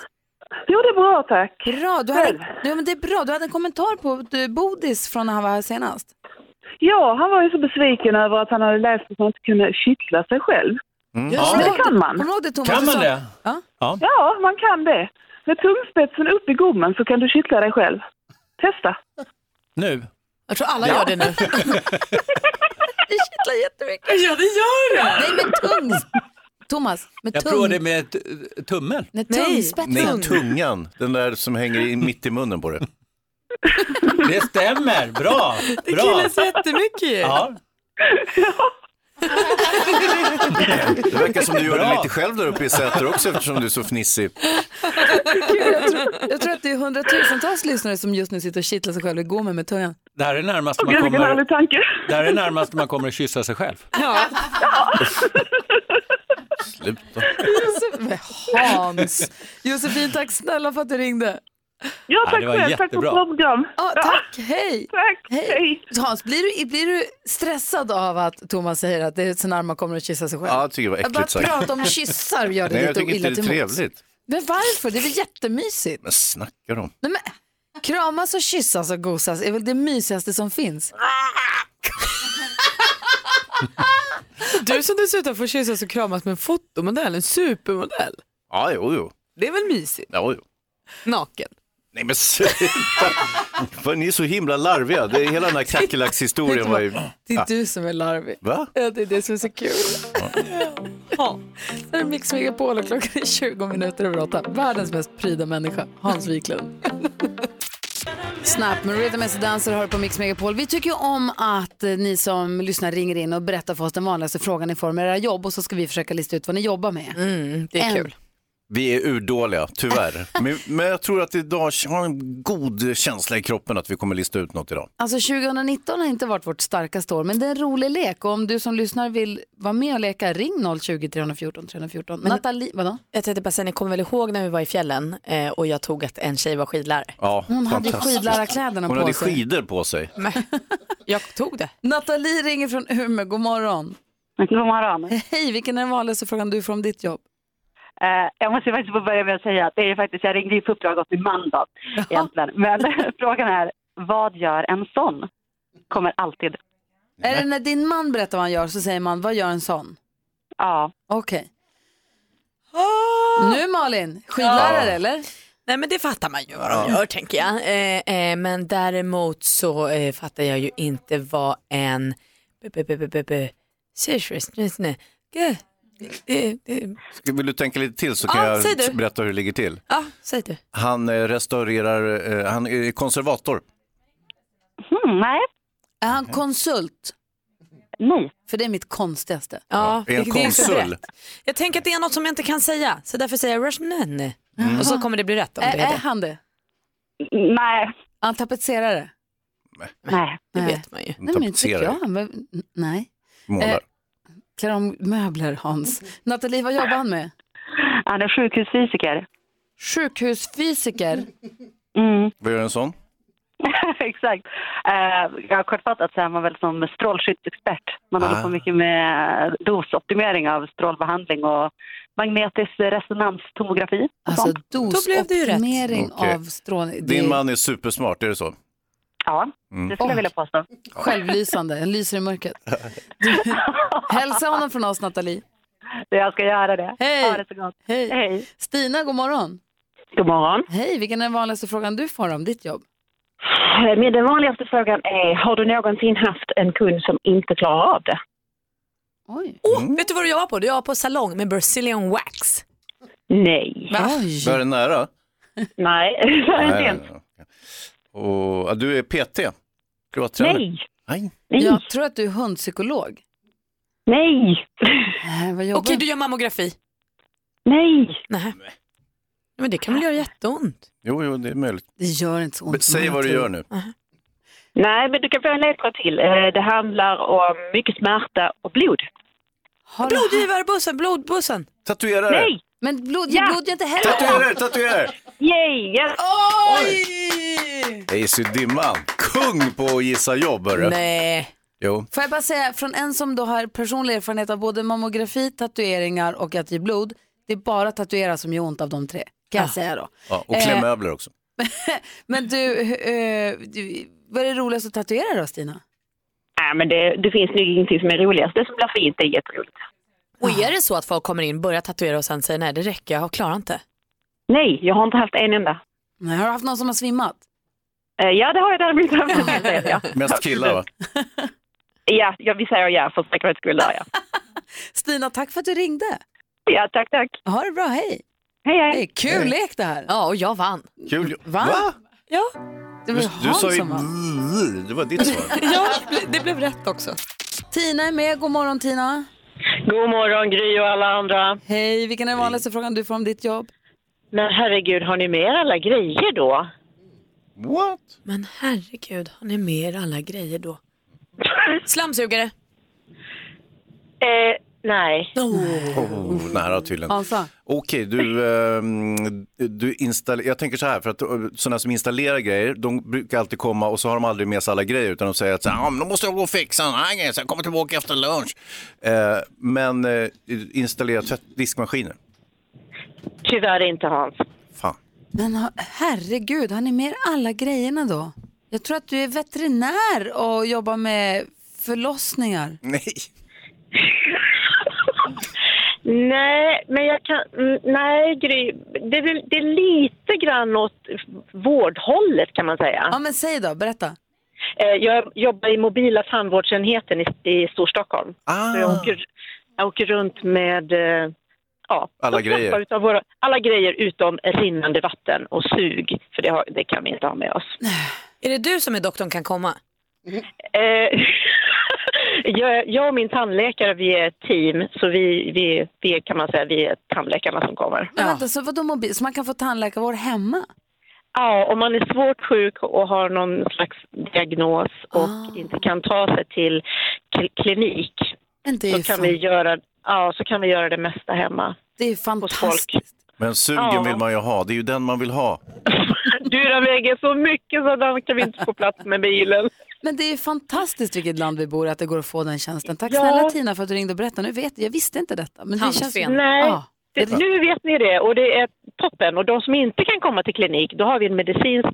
Speaker 19: Jo, det är bra tack.
Speaker 2: Bra. Du hade, ja, men det är bra. Du hade en kommentar på du, Bodis från när han var här senast.
Speaker 19: Ja, han var ju så besviken över att han hade läst att man inte kunde kittla sig själv.
Speaker 18: Mm.
Speaker 19: Men det kan man.
Speaker 2: Kommer du ihåg det Thomas?
Speaker 18: Kan
Speaker 2: Du
Speaker 18: man
Speaker 2: sa-
Speaker 18: det?
Speaker 2: Ja.
Speaker 18: Ja.
Speaker 19: Ja, man kan det. Med tumspetsen upp i gommen så kan du kittla dig själv. Testa.
Speaker 18: Nu?
Speaker 2: Jag tror alla
Speaker 18: Ja.
Speaker 2: gör det nu. Det kittlar jättemycket. Ja, det gör det. Nej, med tung. Thomas, med
Speaker 4: Jag
Speaker 2: tung.
Speaker 4: provade med t- tummen.
Speaker 2: Nej, tungspetsen.
Speaker 4: Nej, tungan. Den där som hänger i, mitt i munnen på det.
Speaker 18: Det stämmer, bra.
Speaker 3: Det
Speaker 4: bra.
Speaker 3: killas jättemycket ju.
Speaker 18: Ja.
Speaker 4: Det verkar som du gör det
Speaker 18: Bra.
Speaker 4: lite själv där uppe i Säter också eftersom du är så fnissig.
Speaker 2: Jag tror, jag tror att det är hundratusentals lyssnare som just nu sitter och kittlar sig själva i gommen med tungan.
Speaker 18: Det här är närmast man
Speaker 2: Gud, vilken
Speaker 18: kommer...
Speaker 2: härlig
Speaker 18: Det här är närmast man kommer att kyssa sig själv.
Speaker 4: Sluta.
Speaker 2: Josef, Hans. Josefin, tack snälla för att du ringde.
Speaker 19: Ja,
Speaker 18: tack Ja, det var själv. Tack för ett jättebra. bra
Speaker 19: program.
Speaker 2: Ja, tack, hej.
Speaker 19: Tack,
Speaker 2: hej. Hans, blir du, blir du stressad av att Thomas säger att det är så när man kommer att kyssa sig själv?
Speaker 4: Ja, jag tycker det var
Speaker 2: Bara
Speaker 4: äckligt
Speaker 2: att prata om kyssar gör det
Speaker 4: Nej, jag
Speaker 2: lite
Speaker 4: tycker
Speaker 2: illa
Speaker 4: inte det är
Speaker 2: till mods.
Speaker 4: trevligt.
Speaker 2: Men varför? Det är väl jättemysigt?
Speaker 4: Men snackar de?
Speaker 2: Nej, men, kramas och kyssas och gosas är väl det mysigaste som finns?
Speaker 3: Du som dessutom får kyssas och kramas med en fotomodell, en supermodell.
Speaker 4: Ja, jo, jo.
Speaker 3: Det är väl mysigt?
Speaker 4: Ja, jo.
Speaker 3: Naken.
Speaker 4: Nej men sluta! Fan, Ni är så himla larviga. Det är hela den här kackerlackshistorien var ju...
Speaker 2: Det är
Speaker 4: Ja.
Speaker 2: du som är larvig.
Speaker 4: Va?
Speaker 2: Ja, det är det som är så kul. Ja. Det är Mix Megapol och klockan är 20 minuter över åtta. Världens mest pryda människa, Hans Wiklund. Snap med Rhythm as a Dancer hör på Mix Megapol. Vi tycker ju om att eh, ni som lyssnar ringer in och berättar för oss den vanligaste frågan i form av era jobb och så ska vi försöka lista ut vad ni jobbar med.
Speaker 3: Mm, det är
Speaker 2: en,
Speaker 3: kul.
Speaker 4: Vi är urdåliga, tyvärr. Men, men jag tror att idag har en god känsla i kroppen att vi kommer lista ut något idag.
Speaker 2: Alltså 2019 har inte varit vårt starkaste år, men det är en rolig lek. Och om du som lyssnar vill vara med och leka, ring 020 314 314. Men, Nathalie, vadå?
Speaker 3: Jag tänkte bara säga, ni kommer väl ihåg när vi var i fjällen eh, och jag tog att en tjej var skidlärare?
Speaker 4: Ja,
Speaker 2: Hon hade ju
Speaker 4: fantastiskt.
Speaker 2: skidlärarkläderna
Speaker 4: Hon
Speaker 2: på
Speaker 4: hade
Speaker 2: sig.
Speaker 4: skidor på sig.
Speaker 3: Jag tog det.
Speaker 2: Nathalie ringer från Umeå, god morgon.
Speaker 19: God morgon.
Speaker 2: Hej, vilken är den vanligaste frågan du får om ditt jobb?
Speaker 19: Eh, jag måste faktiskt få börja med att säga att det är ju faktiskt, jag ringde ju på uppdrag åt min man då, egentligen. Men frågan är, vad gör en sån? Kommer alltid.
Speaker 2: Är det när din man berättar vad han gör så säger man, vad gör en sån?
Speaker 19: Ja.
Speaker 2: Okej. Nu Malin, skidlärare
Speaker 3: Ja.
Speaker 2: eller?
Speaker 3: Nej men det fattar man ju vad de gör tänker jag. Eh, eh, men däremot så eh, fattar jag ju inte vad en b- b- b- b- b- Seriöst, nej, nej. Det, det,
Speaker 4: Ska- Vill du tänka lite till så kan
Speaker 3: Ja, säg
Speaker 4: jag
Speaker 3: du.
Speaker 4: s- berätta hur det ligger till.
Speaker 3: ja, säg du.
Speaker 4: Han eh, restaurerar, eh, han är konservator.
Speaker 16: Hmm,
Speaker 2: nej. Är han konsult?
Speaker 16: Nej.
Speaker 2: För det är mitt konstigaste.
Speaker 3: Ja,
Speaker 4: är en
Speaker 3: vilket är så
Speaker 4: konsul.
Speaker 3: brett. Jag tänker att det är något som jag inte kan säga, så därför säger jag Rushman. Och så kommer det bli rätt om
Speaker 2: Är,
Speaker 3: det är
Speaker 2: är
Speaker 3: det.
Speaker 2: han det?
Speaker 16: Nej.
Speaker 2: Är han tapetserare?
Speaker 16: Nej.
Speaker 2: Det
Speaker 3: vet man ju.
Speaker 2: Nej, men inte tycker jag. Men, nej.
Speaker 4: Målar.
Speaker 2: Klär om Eh, möbler, Hans. Nathalie, vad jobbar han med?
Speaker 16: Han är sjukhusfysiker.
Speaker 2: Sjukhusfysiker.
Speaker 16: Mm.
Speaker 4: Vad gör en sån?
Speaker 16: Exakt. Eh, ja, kortfattat så är man väl som strålskyddsexpert. Man
Speaker 4: Ah.
Speaker 16: håller på mycket med dosoptimering av strålbehandling och magnetisk resonanstomografi. och sånt.
Speaker 2: Dosoptimering
Speaker 4: Okej.
Speaker 2: Alltså, av strålning. Det
Speaker 4: Din
Speaker 2: är
Speaker 4: man är supersmart, är det så?
Speaker 16: Ja,
Speaker 4: Mm.
Speaker 16: det skulle jag vilja påstå.
Speaker 2: Självlysande, den lyser i mörkret. Hälsa honom från oss, Nathalie.
Speaker 16: Jag ska göra det.
Speaker 2: Hej!
Speaker 16: Ha det så gott.
Speaker 2: Hej.
Speaker 16: Hej.
Speaker 2: Stina, god morgon.
Speaker 10: God morgon.
Speaker 2: Hej, vilken är den vanligaste frågan du får om ditt jobb?
Speaker 10: Men Eh, den vanligaste frågan är, har du någonsin haft en kund som inte klarar av det?
Speaker 3: Åh, Oh, vet du vad jag var på? Jag var på salong med Brazilian wax.
Speaker 10: Nej.
Speaker 4: Var det nära?
Speaker 10: Nej, det har jag inte ens.
Speaker 4: Och, ja, du är PT? Privattränare?
Speaker 10: Nej.
Speaker 4: Nej.
Speaker 2: Jag tror att du är hundpsykolog.
Speaker 10: Nej.
Speaker 2: Äh, vad jobbar
Speaker 3: Okej, du gör mammografi.
Speaker 10: Nej.
Speaker 3: Nej. Men det kan väl göra jätteont?
Speaker 4: Jo, jo, det är möjligt.
Speaker 2: Det gör inte så ont.
Speaker 4: Säg vad du gör nu.
Speaker 10: Nej, men du kan få en ledtråd till. Eh, Det handlar om mycket smärta och blod.
Speaker 3: Blodgivarbussen, blodbussen.
Speaker 4: Tatuerare.
Speaker 10: Nej.
Speaker 2: Men blod,
Speaker 10: Ja.
Speaker 2: blod gör inte heller
Speaker 4: Tatuerare, tatuerare!
Speaker 10: Yay! Yes.
Speaker 2: Oj!
Speaker 4: Det är så dimman. Kung på att gissa jobb, hörru.
Speaker 2: Nej.
Speaker 4: Jo.
Speaker 2: Får jag bara säga, från en som då har personlig erfarenhet av både mammografi, tatueringar och att ge blod, det är bara tatuera som gör ont av de tre, kan jag
Speaker 10: Ah.
Speaker 2: säga då.
Speaker 4: Ja, och klä
Speaker 2: Eh,
Speaker 4: möbler också.
Speaker 2: Men du, eh, du, vad är det roligaste att tatuera då, Stina?
Speaker 10: Nej, men det, det finns nog ingenting som är roligast. Det som blir fint är jätteroligt.
Speaker 3: Och är det så att folk kommer in, börjar tatuera och sen säger nej det räcker, jag klarar inte.
Speaker 10: Nej, jag har inte haft en enda.
Speaker 2: Nej, har du haft någon som har svimmat?
Speaker 10: Eh, Ja, det har jag däremot haft. kan jag säga, ja.
Speaker 4: Mest killar, va?
Speaker 10: Ja, ja, vi säger ja för säkerhets skull. där, Ja.
Speaker 2: Stina, tack för att du ringde.
Speaker 10: Ja, tack, tack.
Speaker 2: Ha det bra, hej.
Speaker 10: Hej, hej.
Speaker 2: kul
Speaker 3: Hej.
Speaker 2: lek det här. Ja, och jag vann.
Speaker 4: Eh, Kul.
Speaker 2: Va?
Speaker 3: Ja.
Speaker 2: Det var
Speaker 4: Du, du
Speaker 2: Hans
Speaker 4: sa ju...
Speaker 2: som vann.
Speaker 4: brrr, Det var ditt svar.
Speaker 3: ja, det blev rätt också.
Speaker 2: Tina är med, god morgon Tina.
Speaker 10: God morgon Gry och alla andra.
Speaker 2: Hej, vilken är den vanligaste frågan du får om ditt jobb?
Speaker 10: Men herregud, har ni med er alla grejer då?
Speaker 4: What?
Speaker 3: Men herregud, har ni med er alla grejer då? Slamsugare.
Speaker 10: Eh, nej.
Speaker 4: Oh, nära tydligen.
Speaker 10: Hansa.
Speaker 4: Okej, du, ehm, du installer, jag tänker så här, för att eh, sådana som installerar grejer, de brukar alltid komma och så har de aldrig med sig alla grejer utan de säger att så här, ah, men då måste jag gå och fixa den här grejen så jag kommer tillbaka efter lunch. Eh, men eh, installera tvätt, diskmaskiner,
Speaker 10: Tyvärr inte Hans.
Speaker 4: fan.
Speaker 2: Men ha- herregud, har ni med er alla grejerna då? Jag tror att du är veterinär och jobbar med förlossningar.
Speaker 4: Nej.
Speaker 10: Nej, men jag kan... mm, Nej, Gry. Det är, väl- det är lite grann åt vårdhållet kan man säga.
Speaker 2: Ja, men säg då, berätta.
Speaker 10: Eh, Jag jobbar i mobila tandvårdsenheten i, i Storstockholm.
Speaker 4: Ah.
Speaker 10: Så jag, åker, jag åker runt med eh, ja,
Speaker 4: Alla
Speaker 10: de flesta
Speaker 4: grejer.
Speaker 10: Utav våra, alla grejer utom rinnande vatten och sug, för det, har, det kan vi inte ha med oss.
Speaker 3: Är det du som är doktorn kan komma?
Speaker 10: Eh, jag, jag och min tandläkare, vi är ett team, så vi, vi, vi är, kan man säga, vi är tandläkarna som kommer.
Speaker 2: Men vänta, så, vadå mobil? så man kan få tandläkarvård hemma?
Speaker 10: Ja, om man är svårt sjuk och har någon slags diagnos och
Speaker 2: Ah.
Speaker 10: inte kan ta sig till kl- klinik
Speaker 2: Men det är
Speaker 10: så
Speaker 2: ju
Speaker 10: kan
Speaker 2: fan-
Speaker 10: vi göra Ja, så kan vi göra det mesta hemma.
Speaker 2: Det är fantastiskt.
Speaker 4: Men sugen
Speaker 10: Ja.
Speaker 4: vill man ju ha, det är ju den man vill ha.
Speaker 10: Du, den väger så mycket så den kan vi inte få plats med bilen.
Speaker 2: Men det är fantastiskt vilket land vi bor i att det går att få den tjänsten. Tack
Speaker 10: Ja.
Speaker 2: snälla Tina för att du ringde och berättade. Nu vet jag, jag visste inte detta. Men det känns...
Speaker 10: Nej,
Speaker 2: Ja.
Speaker 10: det, nu vet ni det och det är toppen. Och de som inte kan komma till klinik, då har vi en medicinsk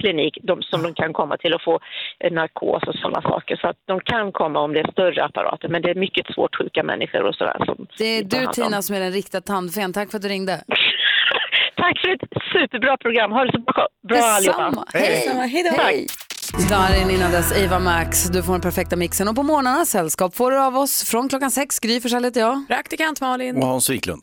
Speaker 10: klinik de, som de kan komma till och få eh, narkos och sådana saker. Så att de kan komma om det är större apparater, men det är mycket svårt sjuka människor och sådär. Som
Speaker 2: Det är
Speaker 10: vi tar
Speaker 2: du
Speaker 10: hand om.
Speaker 2: Tina som är den riktiga tandfen. Tack för att du ringde.
Speaker 10: Tack för ett superbra program. Ha det så bra, bra allihopa.
Speaker 2: Detsamma. Hej. Hej.
Speaker 10: Tack.
Speaker 2: Hej. Darin innan dess, Eva Max. Du får den perfekta mixen. Och på morgnarna sällskap får du av oss från klockan sex. Gry Forssell heter jag.
Speaker 3: Praktikant Malin.
Speaker 4: Och Hans Wiklund.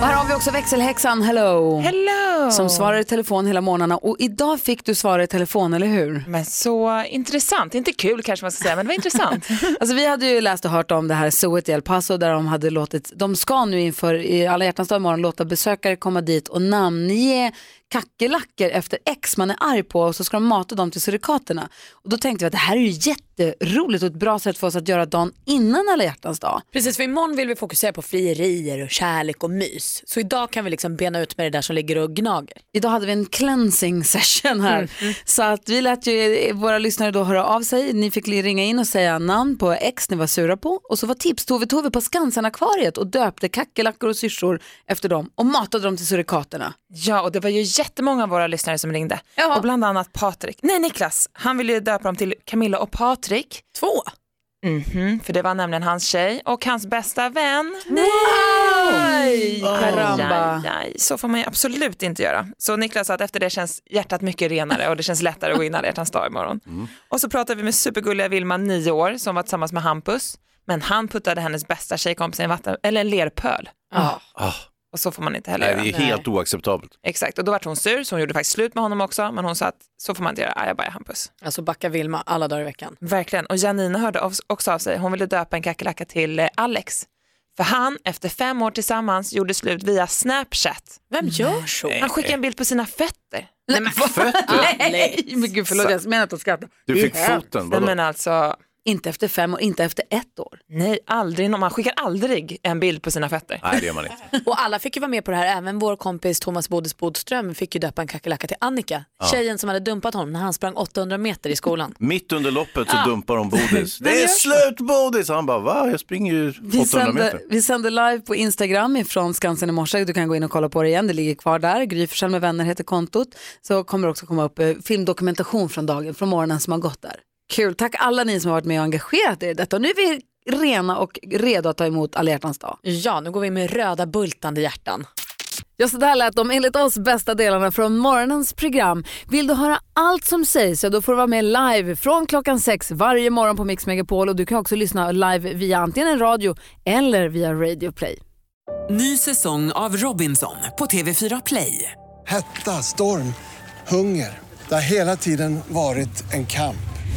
Speaker 2: Och här har vi också växelhäxan Hello.
Speaker 6: Hello.
Speaker 2: Som svarar i telefon hela morgnarna. Och idag fick du svara i telefon, eller hur?
Speaker 6: Men så intressant, inte kul kanske man ska säga, men det var intressant.
Speaker 2: Alltså vi hade ju läst och hört om det här zooet i El Paso där de hade låtit, de ska nu inför i alla hjärtans dag imorgon låta besökare komma dit och namnge kackerlackor efter ex man är arg på och så ska de mata dem till surikaterna. Och då tänkte vi att det här är ju jätteroligt och ett bra sätt för oss att göra dagen innan alla hjärtans dag.
Speaker 3: Precis, för imorgon vill vi fokusera på frierier och kärlek och mys. Så idag kan vi liksom bena ut med det där som ligger och gnager.
Speaker 2: Idag hade vi en cleansing session här. Så att vi lät ju våra lyssnare då höra av sig. Ni fick ringa in och säga namn på ex ni var sura på. Och så var tips Tove-Tove på Skansen-akvariet och döpte kackerlackor och syrsor efter dem och matade dem till surikaterna.
Speaker 6: Ja, och det var ju jättemånga av våra lyssnare som ringde. Och bland annat Patrik, nej Niklas, han ville ju döpa dem till Camilla och Patrik.
Speaker 3: Två.
Speaker 6: Mhm, för det var nämligen hans tjej och hans bästa vän. Nej! Aj,
Speaker 2: Åh.
Speaker 6: aj,
Speaker 2: Caramba.
Speaker 6: aj, aj. Så får man ju absolut inte göra. Så Niklas sa att efter det känns hjärtat mycket renare och det känns lättare att gå in i alla hjärtans dag imorgon.
Speaker 4: Mm.
Speaker 6: Och så pratade vi med supergulliga Vilma, nio år, som var tillsammans med Hampus. Men han puttade hennes bästa tjejkompis i en, vatten, eller en lerpöl.
Speaker 4: Ah,
Speaker 6: Och så får man inte heller
Speaker 4: nej,
Speaker 6: göra.
Speaker 4: det är helt oacceptabelt.
Speaker 6: Exakt, och då vart hon sur så hon gjorde faktiskt slut med honom också. Men hon sa att så får man inte göra, Ah, ajabaja Hampus.
Speaker 3: Alltså backa Vilma alla dagar i veckan.
Speaker 6: Verkligen, och Janina hörde av- också av sig. Hon ville döpa en kackerlacka till eh, Alex. För han, efter fem år tillsammans, gjorde slut via Snapchat.
Speaker 3: Vem gör så?
Speaker 6: Han skickade en bild på sina fötter.
Speaker 2: Nej men fötter? Nej men gud förlåt jag menar inte att skratta.
Speaker 6: Du fick
Speaker 2: Det är hemskt.
Speaker 6: foten, vadå? Nej, men alltså-
Speaker 2: Inte efter fem och inte efter ett år.
Speaker 6: Nej, aldrig. någon- Man skickar aldrig en bild på sina fötter.
Speaker 4: Nej, det gör man inte.
Speaker 3: Och alla fick ju vara med på det här, även vår kompis Thomas Bodis Bodström fick ju döpa en kackerlacka till Annika,
Speaker 4: Ja.
Speaker 3: tjejen som hade dumpat honom när han sprang 800 meter i skolan.
Speaker 4: Mitt under loppet så
Speaker 3: Ah.
Speaker 4: dumpar de bodis. Det är
Speaker 3: gör
Speaker 4: slut bodis! Han bara, va? Jag springer ju
Speaker 2: Vi
Speaker 4: 800
Speaker 2: sänder,
Speaker 4: meter.
Speaker 2: vi sänder live på Instagram ifrån Skansen i morse. Du kan gå in och kolla på det igen. Det ligger kvar där. Gry Forssell med vänner heter kontot. Så kommer det också komma upp eh, filmdokumentation från dagen, från morgonen som har gått där. Kul. Tack alla ni som har varit med och engagerat er i detta. Och nu är vi rena och redo att ta emot alla hjärtans dag.
Speaker 3: Ja, nu går vi in med röda bultande hjärtan.
Speaker 2: Ja, så där lät de enligt oss bästa delarna från morgonens program. Vill du höra allt som sägs, ja, då får du vara med live från klockan sex varje morgon på Mix Megapol. Och du kan också lyssna live via antingen en radio eller via Radio Play.
Speaker 20: Ny säsong av Robinson på TV4 Play.
Speaker 21: Hetta, storm, hunger. Det har hela tiden varit en kamp.